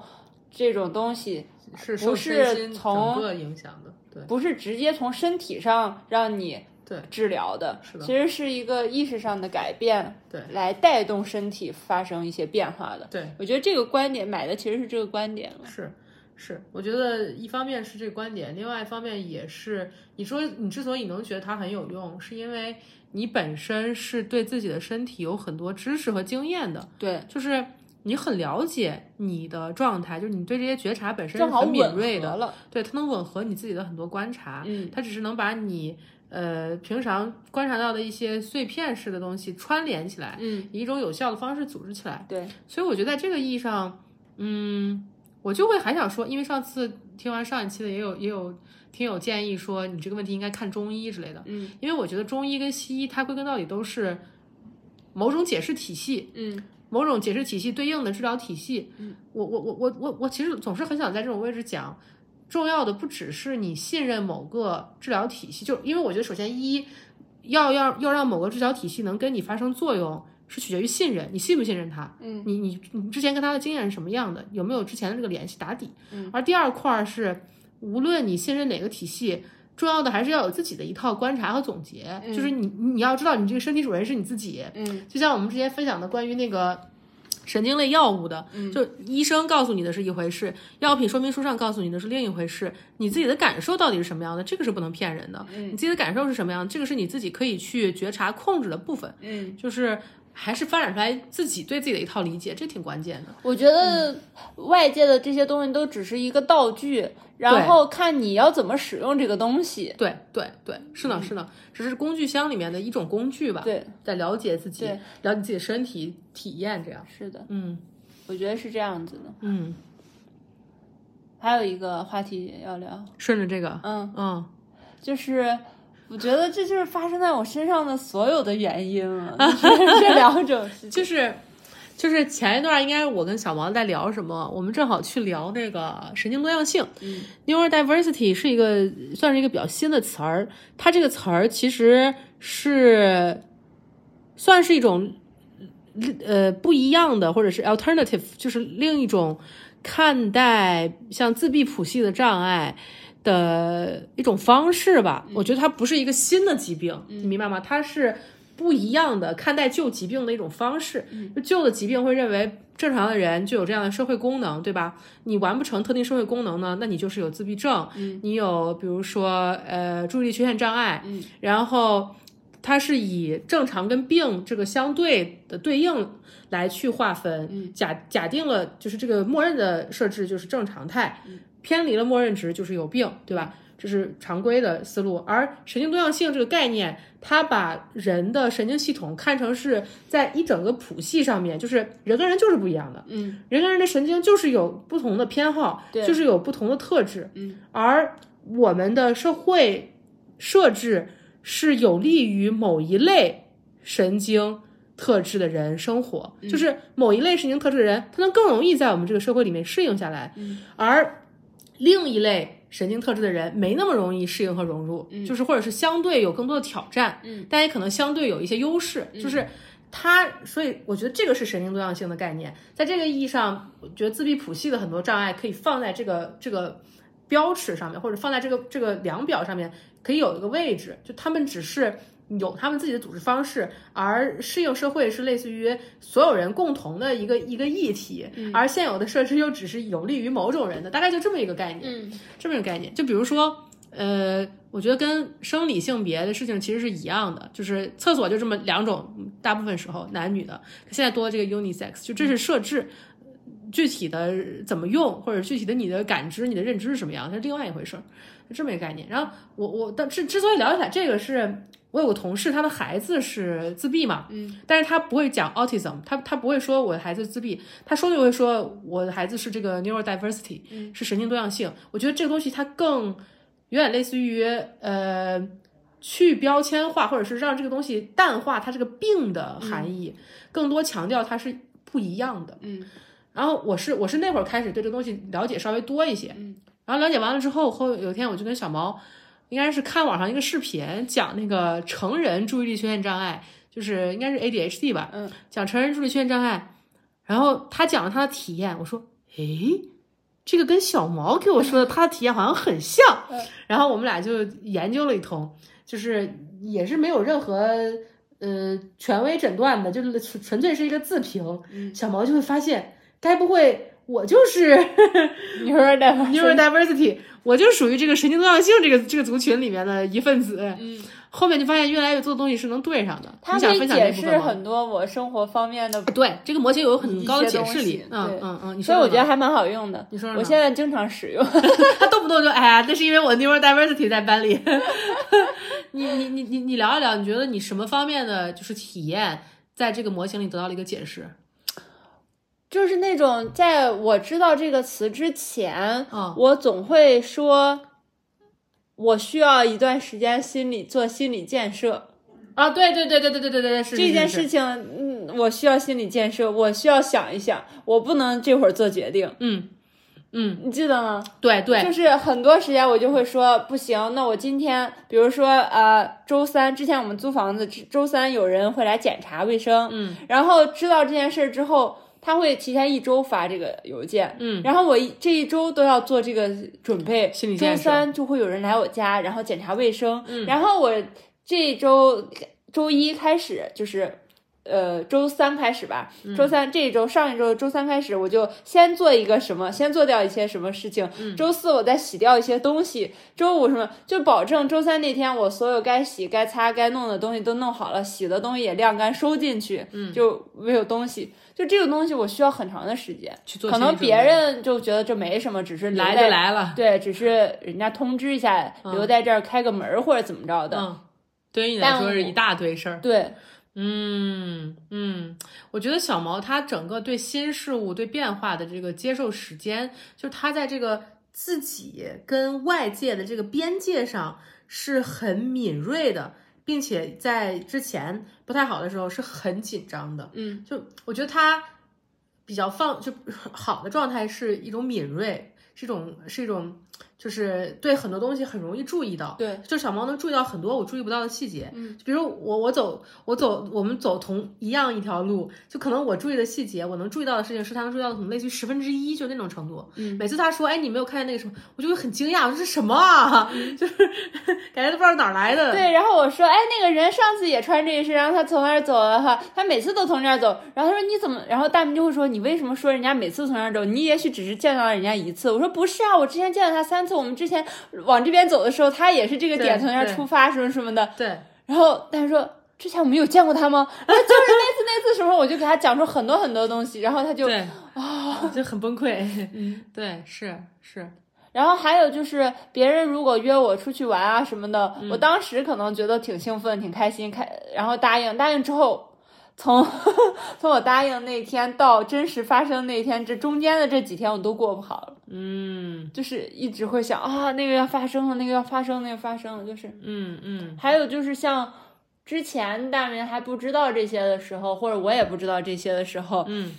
这种东西，是不受是身心从整个影响的，对不是直接从身体上让你对治疗的，是的其实是一个意识上的改变，对来带动身体发生一些变化的。对，我觉得这个观点买的其实是这个观点了，是是，我觉得一方面是这个观点，另外一方面也是你说你之所以能觉得它很有用，是因为你本身是对自己的身体有很多知识和经验的，对，就是你很了解你的状态，就是你对这些觉察本身是正好很敏吻锐的合，了，对，它能吻合你自己的很多观察，嗯它只是能把你呃平常观察到的一些碎片式的东西串联起来，嗯，以一种有效的方式组织起来。对，所以我觉得在这个意义上，嗯，我就会还想说，因为上次听完上一期的，也有也有听友建议说，你这个问题应该看中医之类的，嗯因为我觉得中医跟西医它归根到底都是某种解释体系，嗯某种解释体系对应的治疗体系。嗯我我我我我我其实总是很想在这种位置讲，重要的不只是你信任某个治疗体系，就因为我觉得首先一要要要让某个治疗体系能跟你发生作用，是取决于信任，你信不信任它。嗯你你你之前跟他的经验是什么样的？有没有之前的这个联系打底？嗯而第二块儿是，无论你信任哪个体系，重要的还是要有自己的一套观察和总结。嗯就是你你要知道，你这个身体主人是你自己。嗯就像我们之前分享的关于那个神经类药物的，嗯就医生告诉你的是一回事，药品说明书上告诉你的是另一回事，你自己的感受到底是什么样的，这个是不能骗人的。你嗯自己的感受是什么样，这个是你自己可以去觉察控制的部分。嗯，就是还是发展出来自己对自己的一套理解，这挺关键的。我觉得外界的这些东西都只是一个道具，然后看你要怎么使用这个东西。对对对，是呢是呢，只是工具箱里面的一种工具吧。，嗯对，在了解自己对，了解自己的身体体验这样。是的，嗯我觉得是这样子的。嗯，还有一个话题要聊，顺着这个，嗯，嗯，就是我觉得这就是发生在我身上的所有的原 因了，就是这两种事情。就是。就是前一段应该我跟小毛在聊什么，我们正好去聊那个神经多样性嗯 （neurodiversity） 是一个算是一个比较新的词儿，它这个词儿其实是算是一种呃不一样的，或者是 alternative，就是另一种看待像自闭谱系的障碍的一种方式吧。我觉得它不是一个新的疾病，你明白吗？它是不一样的看待旧疾病的一种方式。就旧的疾病会认为。正常的人就有这样的社会功能，对吧？你完不成特定社会功能呢，那你就是有自闭症，嗯你有比如说呃注意力缺陷障碍，嗯然后它是以正常跟病这个相对的对应来去划分，嗯假假定了就是这个默认的设置就是正常态，嗯偏离了默认值就是有病，对吧？这是常规的思路，而神经多样性这个概念，它把人的神经系统看成是在一整个谱系上面，就是人跟人就是不一样的，嗯人跟人的神经就是有不同的偏好，对就是有不同的特质，嗯而我们的社会设置是有利于某一类神经特质的人生活，嗯就是某一类神经特质的人，他能更容易在我们这个社会里面适应下来，嗯而另一类。神经特质的人没那么容易适应和融入，嗯就是或者是相对有更多的挑战，嗯但也可能相对有一些优势，就是它，所以我觉得这个是神经多样性的概念，在这个意义上，我觉得自闭谱系的很多障碍可以放在这个这个标尺上面，或者放在这个这个量表上面，可以有一个位置，就他们只是。有他们自己的组织方式，而适应社会是类似于所有人共同的一个一个议题，而现有的设置又只是有利于某种人的，大概就这么一个概念。嗯这么一个概念。就比如说，呃，我觉得跟生理性别的事情其实是一样的，就是厕所就这么两种，嗯大部分时候男女的，现在多了这个 unisex，就这是设置。具体的怎么用，或者具体的你的感知、你的认知是什么样，它是另外一回事儿，是这么一个概念。然后我我但之之所以聊起来这个是，我有个同事，他的孩子是自闭嘛，嗯但是他不会讲 autism，他他不会说我的孩子自闭，他说就会说我的孩子是这个 neurodiversity，、嗯是神经多样性。我觉得这个东西它更有点类似于呃去标签化，或者是让这个东西淡化它这个病的嗯含义，更多强调它是不一样的。嗯然后我是我是那会儿开始对这个东西了解稍微多一些，嗯然后了解完了之后，后有一天我就跟小毛，应该是看网上一个视频讲那个成人注意力缺陷障碍，就是应该是 ADHD 吧，嗯，讲成人注意力缺陷障碍，然后他讲了他的体验，我说，诶，这个跟小毛给我说的他的体验好像很像嗯，然后我们俩就研究了一通，就是也是没有任何。呃，权威诊断的，就是纯纯粹是一个自评。嗯小毛就会发现，该不会我就是 你说的， neurodiversity，我就属于这个神经多样性这个这个族群里面的一份子。嗯后面就发现越来越多的东西是能对上的。它你可想以分享这解部释分吗？很多我生活方面的，啊对，这个模型有很高的解释一些力东西。嗯对嗯嗯，你所说以我觉得呢还蛮好用的。你说说呢我现在经常使用。 他 动不动就哎呀，那是因为我 neurodiversity 在班里。 你你你你你聊一聊，你觉得你什么方面的就是体验，在这个模型里得到了一个解释？就是那种在我知道这个词之前，嗯我总会说，我需要一段时间心理做心理建设。啊，对对对对对对对对，是这件是是事情，嗯，我需要心理建设，我需要想一想，我不能这会儿做决定，嗯嗯，你记得吗？对对，就是很多时间我就会说不行，那我今天，比如说呃，周三之前我们租房子，周三有人会来检查卫生，嗯，然后知道这件事儿之后，他会提前一周发这个邮件，嗯然后我一这一周都要做这个准备，心理周建设三就会有人来我家，然后检查卫生，嗯，然后我这周周一开始就是。呃，周三开始吧，嗯周三这一周上一周周三开始，我就先做一个什么，先做掉一些什么事情。嗯周四我再洗掉一些东西，周五什么就保证周三那天我所有该洗、该擦、该弄的东西都弄好了，洗的东西也晾干收进去，嗯，就没有东西。就这种东西我需要很长的时间，去做可心理能准别备人就觉得这没什么，只是留来在就来了，对，只是人家通知一下，留在这儿开个门儿或者怎么着的。嗯，对于你来但说是我一大堆事儿。对，嗯嗯，我觉得小毛他整个对新事物、对变化的这个接受时间，就是他在这个自己跟外界的这个边界上是很敏锐的，并且在之前不太好的时候是很紧张的。嗯，就我觉得他比较放，就好的状态是一种敏锐，是一种是一种，就是对很多东西很容易注意到。对，就小猫能注意到很多我注意不到的细节。嗯，比如我我走我走我们走同一样一条路，就可能我注意的细节，我能注意到的事情是他能注意到的，可能类似于十分之一，就那种程度。嗯每次他说，哎，你没有看见那个什么，我就会很惊讶，我说这什么啊？ 就是感觉都不知道哪儿 来的。对，然后我说，哎，那个人上次也穿这一身，然后他从那儿走了哈，他每次都从这儿走。然后他说你怎么？然后大明就会说，你为什么说人家每次从这儿走？你也许只是见到人家一次。我说不是啊，我之前见到他三啊次，我们之前往这边走的时候，他也是这个对点从那儿对出发，什么什么的。对然后他说。之前我们有见过他吗？ 然后就是那次那次什么，我就给他讲出很多很多东西，然后他就哦嗯对啊，就很崩 溃。对，是是，然后还有就是，别人如果约我出去玩啊什么的，我当时可能觉得挺兴奋、挺开心，开然后答应，答应之后，从 从我答应那天到真实发生那天，这中间的这几天我都过不好了，嗯就是一直会想啊，那个要发生了，那个要发生，那个发生了，就是嗯嗯还有就是像之前大明还不知道这些的时候，或者我也不知道这些的时候，嗯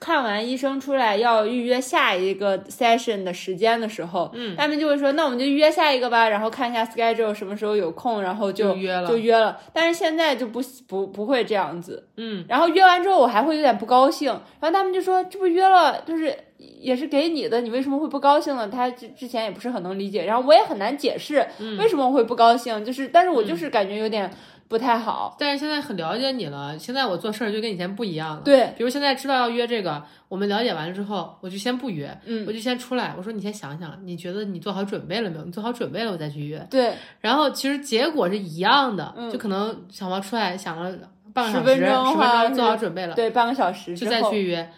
看完医生出来要预约下一个 session 的时间的时候，嗯，他们就会说，那我们就预约下一个吧，然后看一下 schedule 什么时候有空，然后就就约了就约了。但是现在就不不不会这样子，嗯，然后约完之后我还会有点不高兴，然后他们就说，这不约了，就是也是给你的，你为什么会不高兴呢？他之之前也不是很能理解，然后我也很难解释嗯为什么会不高兴，就是但是我就是感觉有点不太好，但是现在很了解你了，现在我做事儿就跟以前不一样了。对，比如现在知道要约这个，我们了解完了之后，我就先不约，嗯我就先出来。我说你先想想，你觉得你做好准备了没有？你做好准备了，我再去约。对，然后其实结果是一样的，嗯就可能小毛出来想了半个小10时，分十钟分哈钟做好准备了，对，半个小时之就再后去约。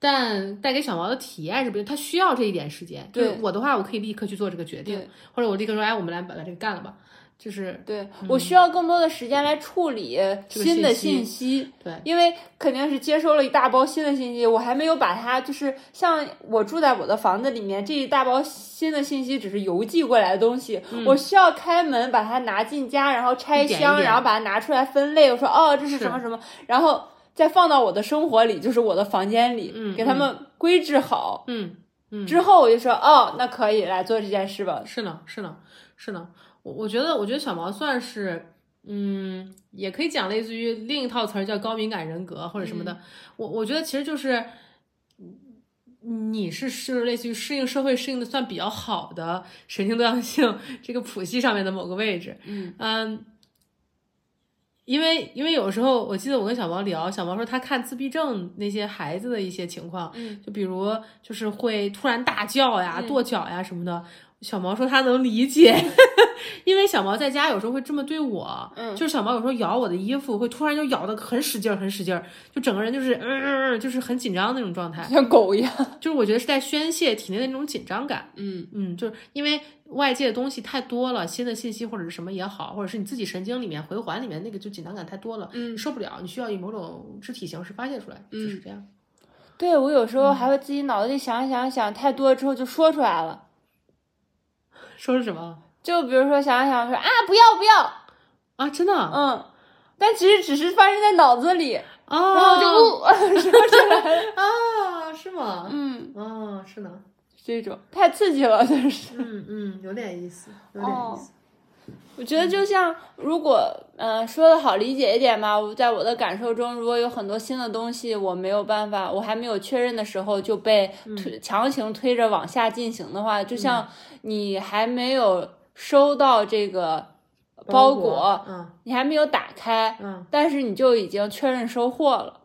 但带给小毛的体验是不一样，他需要这一点时间。对就是我的话，我可以立刻去做这个决定对，或者我立刻说，哎，我们来把这个干了吧。就是对、我需要更多的时间来处理嗯这个新的信信息息，对因为肯定是接收了一大包新的信息，我还没有把它就是像我住在我的房子里面这一大包新的信息只是邮寄过来的东西，我需要开门把它拿进家，然后拆嗯一点一箱，点然后把它拿出来分类，我说哦这是是什么什么，然后再放到我的生活里，就是我的房间里，嗯给他嗯们规制好。嗯，之后我就说哦，那可以来做这件事吧。是呢，是呢，是呢。我我觉得，我觉得小毛算是，嗯，也可以讲类似于另一套词儿叫高敏感人格或者什么的。我我觉得其实就是，嗯你是是类似于适应社会适应的算比较好的神经多样性这个谱系上面的某个位置。嗯因为因为有时候我记得我跟小毛聊，小毛说他看自闭症那些孩子的一些情况，嗯，就比如就是会突然大叫呀、跺脚呀什么的。小毛说他能理解， 因为小毛在家有时候会这么对我，嗯就是小毛有时候咬我的衣服，会突然就咬的很使劲儿，很使劲儿，就整个人就是嗯嗯嗯，就是很紧张的那种状态，像狗一样。就是我觉得是在宣泄体内的那种紧张感。嗯嗯，就是因为外界的东西太多了，新的信息或者是什么也好，或者是你自己神经里面回环里面那个就紧张感太多了，嗯你，受不了，你需要以某种肢体形式发泄出来，就是这样。对我有时候还会自己脑子里想想想太多之后就说出来了，说是什么就比如说想想说啊不要不要，啊？真的啊？嗯，但其实只是发生在脑子里，然后就哦不、说出来了，啊，是吗？ 嗯，哦，是呢，这种太刺激了，就是。嗯嗯，有点意思，有点意思。我觉得就像如果嗯、呃说的好理解一点吧，我在我的感受中，如果有很多新的东西我没有办法，我还没有确认的时候就被推、强行推着往下进行的话，就像你还没有收到这个包包裹，嗯你还没有打开，嗯，但是你就已经确认收货了，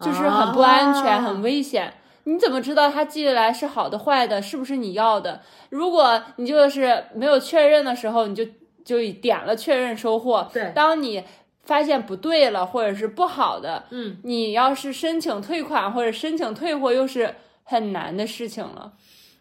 就是很不安全、啊很危险。你怎么知道它寄来是好的、坏的，是不是你要的？如果你就是没有确认的时候，你就就点了确认收货。对当你发现不对了，或者是不好的，嗯，你要是申请退款或者申请退货，又是很难的事情了。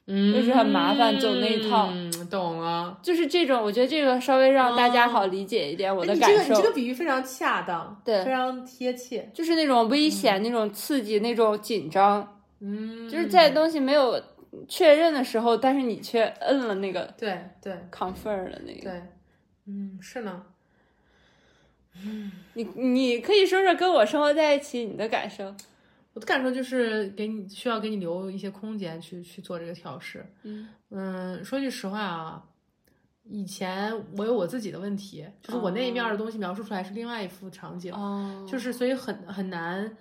嗯就是很麻烦走那一套嗯，懂了。就是这种，我觉得这个稍微让大家好理解一点我的啊你感这个受。你这个比喻非常恰当，对非常贴切。就是那种危险、那种刺激、那种紧张，嗯，就是在东西没有确认的时候，但是你却摁了那个对对 confirm 了那个。对，嗯，是呢。你你可以说说跟我生活在一起你的感受。我的感受就是给你需要给你留一些空间去去做这个调试。嗯嗯，说句实话啊，以前我有我自己的问题，就是我那一面儿的东西描述出来是另外一幅场景，哦就是所以很很难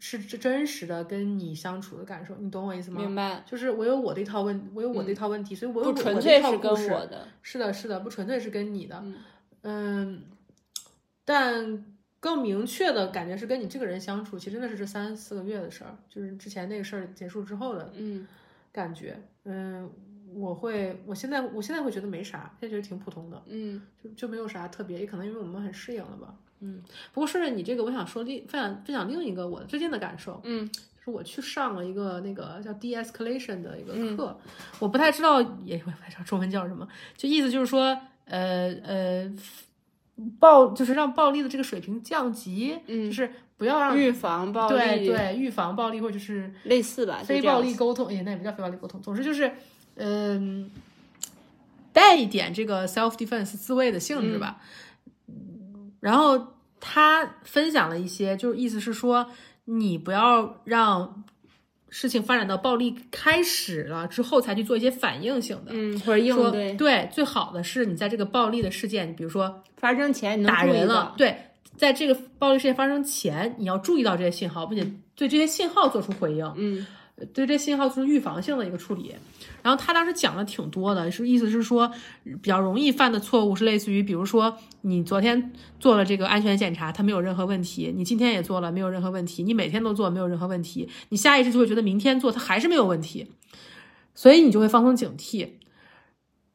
是真真实的跟你相处的感受，你懂我意思明吗？白，嗯就是我有我的一套问，我有我的一套问题，所以我有不我纯的粹一套是跟故事。我的。是的，是的，不纯粹是跟你的，嗯嗯，但更明确的感觉是跟你这个人相处，其实真的是这三四个月的事儿，就是之前那个事儿结束之后的嗯感觉。嗯，我会，我现在我现在会觉得没啥，现在觉得挺普通的，嗯就就没有啥特别，也可能因为我们很适应了吧。嗯，不过顺着你这个，我想说另分享分享另一个我最近的感受，嗯就是我去上了一个那个叫 de-escalation 的一个课，我不太知道，也我也不太知道中文叫什么，就意思就是说，呃呃，暴就是让暴力的这个水平降级，就嗯，是不要让预防暴力，对，对预防暴力或者就是类似啊吧，就非这样暴力沟通，也那也不叫非暴力沟通，总之就是，嗯，带一点这个 self defense 自卫的性嗯质吧。然后他分享了一些，就是意思是说，你不要让事情发展到暴力开始了之后才去做一些反应性的。嗯，或说者应对对，最好的是你在这个暴力的事件，比如说发生前你能打注意人到了，，对，在这个暴力事件发生前，你要注意到这些信号，并且对这些信号做出回应。嗯对这信号做出预防性的一个处理。然后他当时讲的挺多的，是意思是说，比较容易犯的错误是类似于，比如说你昨天做了这个安全检查，它没有任何问题；你今天也做了，没有任何问题；你每天都做，没有任何问题；你下意识就会觉得明天做它还是没有问题，所以你就会放松警惕。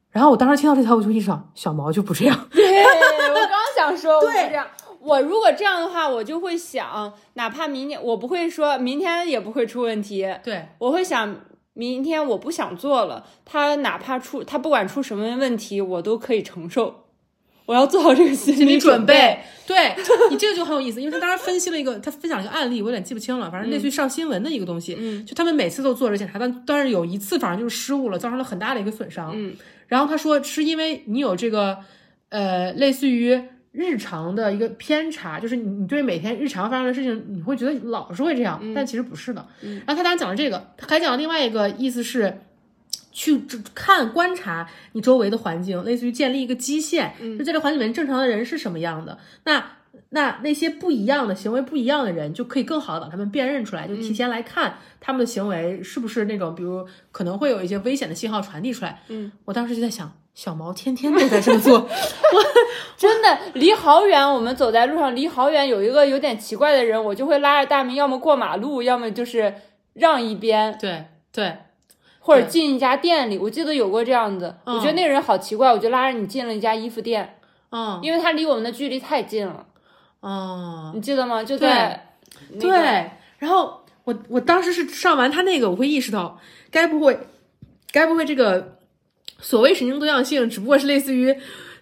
然后我当时听到这条，我就意识到小毛就不这样，对，我刚想说，我是这样。我如果这样的话，我就会想，哪怕明年我不会说明天也不会出问题，对我会想明天我不想做了，他哪怕出他不管出什么问题，我都可以承受。我要做好这个心你理准备备。，对你这个就很有意思，因为他当时分析了一个，他分享了一个案例，我有点记不清了，反正类似于上新闻的一个东西，嗯就他们每次都做着检查，但但是有一次反正就是失误了，造成了很大的一个损伤，嗯然后他说是因为你有这个呃类似于。日常的一个偏差，就是你你对每天日常发生的事情，你会觉得老是会这样，但其实不是的。嗯然后他当时讲了这个，他还讲了另外一个意思是，去只看观察你周围的环境，类似于建立一个基线，就在这环境里面正常的人是什么样的。那那那些不一样的行为不一样的人，就可以更好的把他们辨认出来，就提前来看他们的行为是不是那种，比如可能会有一些危险的信号传递出来。嗯，我当时就在想，小毛天天都在这么做， 真 的离好远，我们走在路上离好远，有一个有点奇怪的人，我就会拉着大明，要么过马路，要么就是让一边，对对，或者进一家店里，我记得有过这样子，我觉得那个人好奇怪，我就拉着你进了一家衣服店，嗯因为他离我们的距离太近了，嗯，你记得吗？就在那个对，然后我我当时是上完他那个，我会意识到，该不会，该不会这个所谓神经多样性，只不过是类似于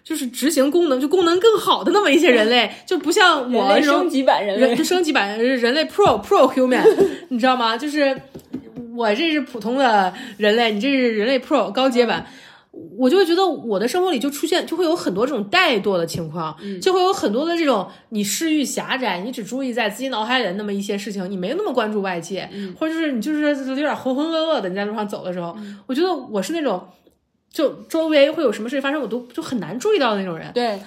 就是执行功能就功能更好的那么一些人类，就不像人我类这种升级版人类人，升级版人类 Pro Pro Human，你知道吗？就是我这是普通的人类，你这是人类 Pro 高阶版。嗯我就会觉得我的生活里就出现，就会有很多这种怠惰的情况，嗯就会有很多的这种你视域狭窄，你只注意在自己脑海里的那么一些事情，你没那么关注外界，嗯或者就是你就是有点浑浑噩噩的，你在路上走的时候，嗯我觉得我是那种就周围会有什么事情发生，我都就很难注意到的那种人。 对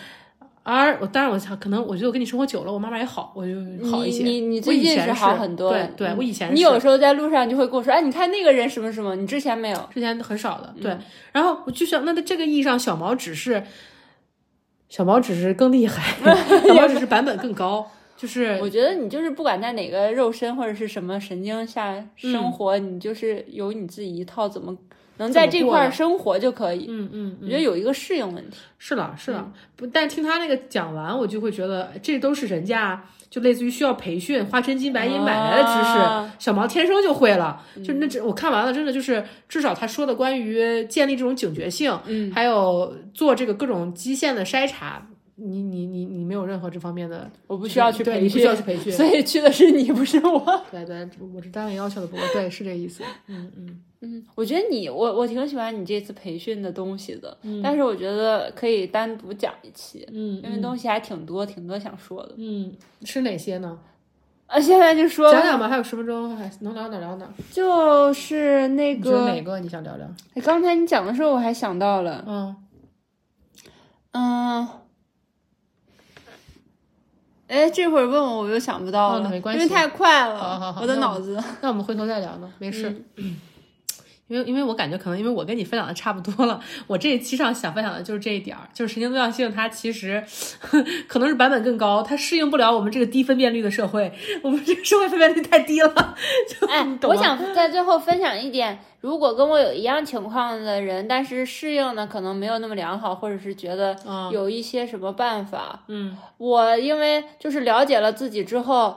而我当然我想，可能我觉得我跟你生活久了，我妈妈也好，我就好一些。你你你我最以近前是是好很多了对对，嗯我以前你是有时候在路上就会跟我说，哎，你看那个人什么什么，你嗯之前没有，之前很少的，对。然后我就想，那在这个意义上，小毛只是小毛只是更厉害，小毛只是版本更高，就是我觉得你就是不管在哪个肉身或者是什么神经下嗯生活，你就是有你自己一套怎么能在这块儿生活就可以。嗯嗯我觉得有一个适应问题，是了，是嗯了，不，但听他那个讲完，我就会觉得这都是人家就类似于需要培训、花真金白银买来的知识，啊小毛天生就会了。嗯就那这我看完了，真的就是至少他说的关于建立这种警觉性，嗯，还有做这个各种基线的筛查，你你你你没有任何这方面的，我不需要去嗯对培你不需训要，去培训。所以去的是你，不是我。对对，我是单位要求的，不过对是这意 思。嗯嗯，嗯，我觉得你，我我挺喜欢你这次培训的东西的，但是我觉得可以单独讲一期，嗯因为东西还挺多，挺多想说的。嗯，是哪些呢？啊，现在就说讲讲吧，还有十分钟，还能聊哪儿聊哪儿？就是那你觉得个，哪个你想聊聊？哎刚才你讲的时候，我还想到了，嗯。嗯，哎，这会儿问我，我又想不到哦了，那没关因为系太快了，好好好我的那我脑子。那我们回头再聊呢，没事。嗯 因为因为我感觉可能因为我跟你分享的差不多了，我这一期上想分享的就是这一点儿，就是神经多样性它其实 可能是版本更高，它适应不了我们这个低分辨率的社会，我们这个社会分辨率太低了。就 哎你，懂我吗想在最后分享一点，如果跟我有一样情况的人，但是适应的可能没有那么良好，或者是觉得嗯有一些什么办法，嗯我因为就是了解了自己之后，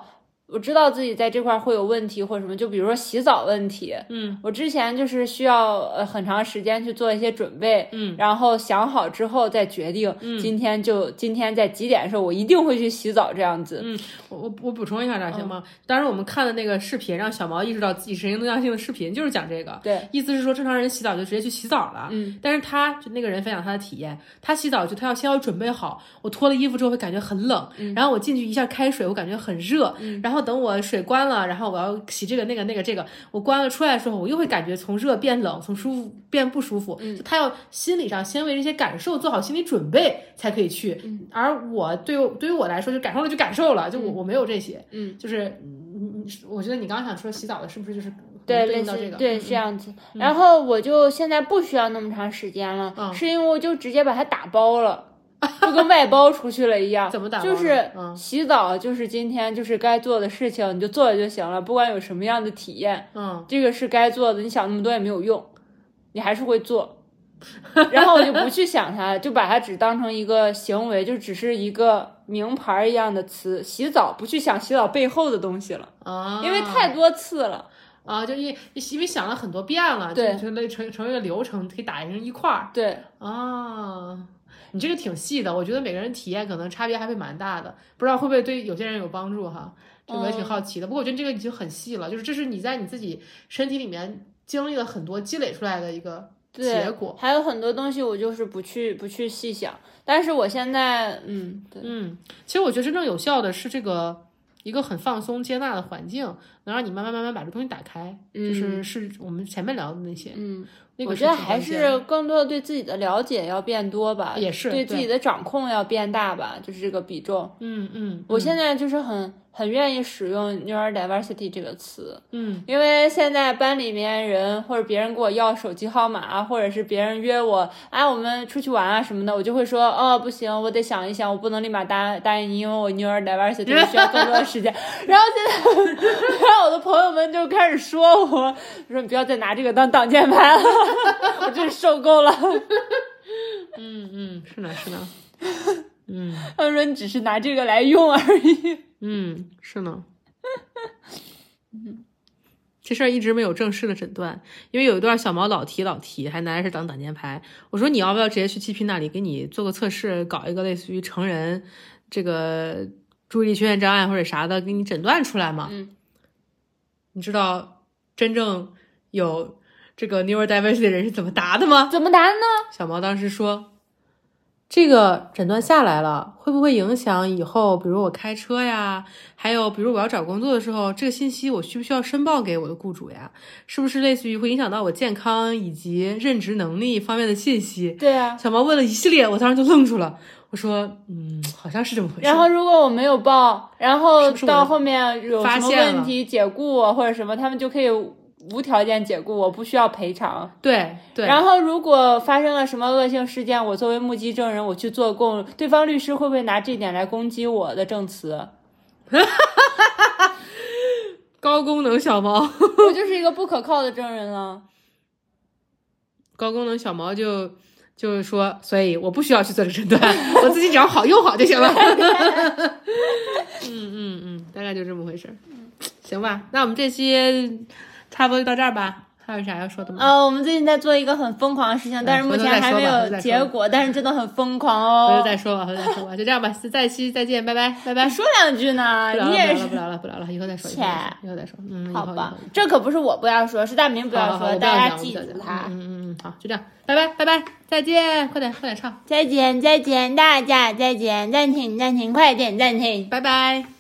我知道自己在这块儿会有问题或者什么，就比如说洗澡问题，嗯我之前就是需要呃很长时间去做一些准备，嗯，然后想好之后再决定，今天就今天在几点的时候我一定会去洗澡这样子，我我我补充一下点儿嗯行吗？当时我们看的那个视频，让小毛意识到自己神经多样性的视频，就是讲这个。对，意思是说正常人洗澡就直接去洗澡了。嗯，但是他就那个人分享他的体验，他洗澡就他要先要准备好，我脱了衣服之后会感觉很冷，嗯然后我进去一下开水，我感觉很热，然后等我水关了，然后我要洗这个那个那个这个，我关了出来的时候，我又会感觉从热变冷，从舒服变不舒服。嗯就他要心理上先为这些感受做好心理准备才可以去。嗯而我对于对于我来说，就感受了就感受了，就我、我没有这些，嗯，就是嗯，嗯我觉得你刚刚想说洗澡的是不是就是对对，类应到似这个嗯对这样子。然后我就现在不需要那么长时间了，嗯是因为我就直接把它打包了。就跟外包出去了一 样，怎么打包呢就是嗯洗澡，就是今天就是该做的事情，你就做了就行了，不管有什么样的体验，嗯。这个是该做的，你想那么多也没有用，你还是会 做。然后我就不去想它，就把它只当成一个行为，就只是一个名牌一样的词。洗澡不去想洗澡背后的东西了，啊，因为太多次了。啊，就因因为想了很多遍了，对就就类成成为一个流程，可以打成一块儿对，啊。你这个挺细的，我觉得每个人体验可能差别还会蛮大的，不知道会不会对有些人有帮助哈？这我也哦挺好奇的。不过我觉得这个已经很细了，就是这是你在你自己身体里面经历了很多积累出来的一个对，结果。还有很多东西我就是不去不去细想，但是我现在嗯，对，嗯，其实我觉得真正有效的是这个一个很放松接纳的环境，能让你慢慢慢慢把这东西打开，就是是我们前面聊的那些。嗯，那个我觉得挺还关键是更多的对自己的了解要变多吧，也是对对自己的掌控要变大吧，就是这个比重。嗯嗯，我嗯现在就是很很愿意使用 neurodiversity 这个词， 嗯因为现在班里面人或者别人给我要手机号码啊，或者是别人约我，哎，我们出去玩啊什么的，我就会说，哦，不行，我得想一想，我不能立马答答应你，因为我 neurodiversity 需要更多的时 间。然后现在，然后我的朋友们就开始说我，说你不要再拿这个当挡箭牌了， 我真是受够了。嗯嗯，是呢是 呢，嗯他们说你只是拿这个来用而已。嗯是呢。嗯这事儿一直没有正式的诊断，因为有一段小毛老提老提，还拿着是当挡箭牌。我说你要不要直接去 GP 那里给你做个测试，搞一个类似于成人这个注意力缺陷障碍或者啥的，给你诊断出来嘛？嗯，你知道真正有这个 neurodiversity 的人是怎么答的吗？怎么答呢？小毛当时说：“这个诊断下来了，会不会影响以后，比如我开车呀，还有比如我要找工作的时候，这个信息我需不需要申报给我的雇主呀？是不是类似于会影响到我健康以及认知能力方面的信息对啊？”。小毛问了一系列，我当时就愣住了。我说：“嗯，好像是这么回事。”然后如果我没有报，然后是不是我到后面有发什么现了问题解雇我或者什么，他们就可以无条件解雇我，不需要赔偿。对对，然后如果发生了什么恶性事件，我作为目击证人，我去做供，对方律师会不会拿这点来攻击我的证词？ 高功能小毛，我就是一个不可靠的证人了。高功能小毛就就是说，所以我不需要去做这个诊断， 我自己只要好用好就行了。 嗯嗯嗯，大概就这么回事儿。嗯行吧，那我们这期差不多就到这儿吧。还有啥要说的吗？啊，我们最近在做一个很疯狂的事情，但是目哎回头前再还说没吧回头有再说结吧果，但是真的很疯狂回哦呃头。再说吧，回头再说吧，就这样吧，下一期再见，拜拜，拜拜。说两句呢，不聊你也是了，不。聊了，不聊了，不聊了，以后再说，以后再说，以后再说。嗯，以后好以后吧，这可不是我不要说，是大明不好要好好，说，我不大要家讲，我记不要住讲它。嗯嗯嗯，好，就这样，拜拜，拜拜，再见，快点，快点唱，再见，再见，大家再见，暂停，暂停，快点暂停。拜拜。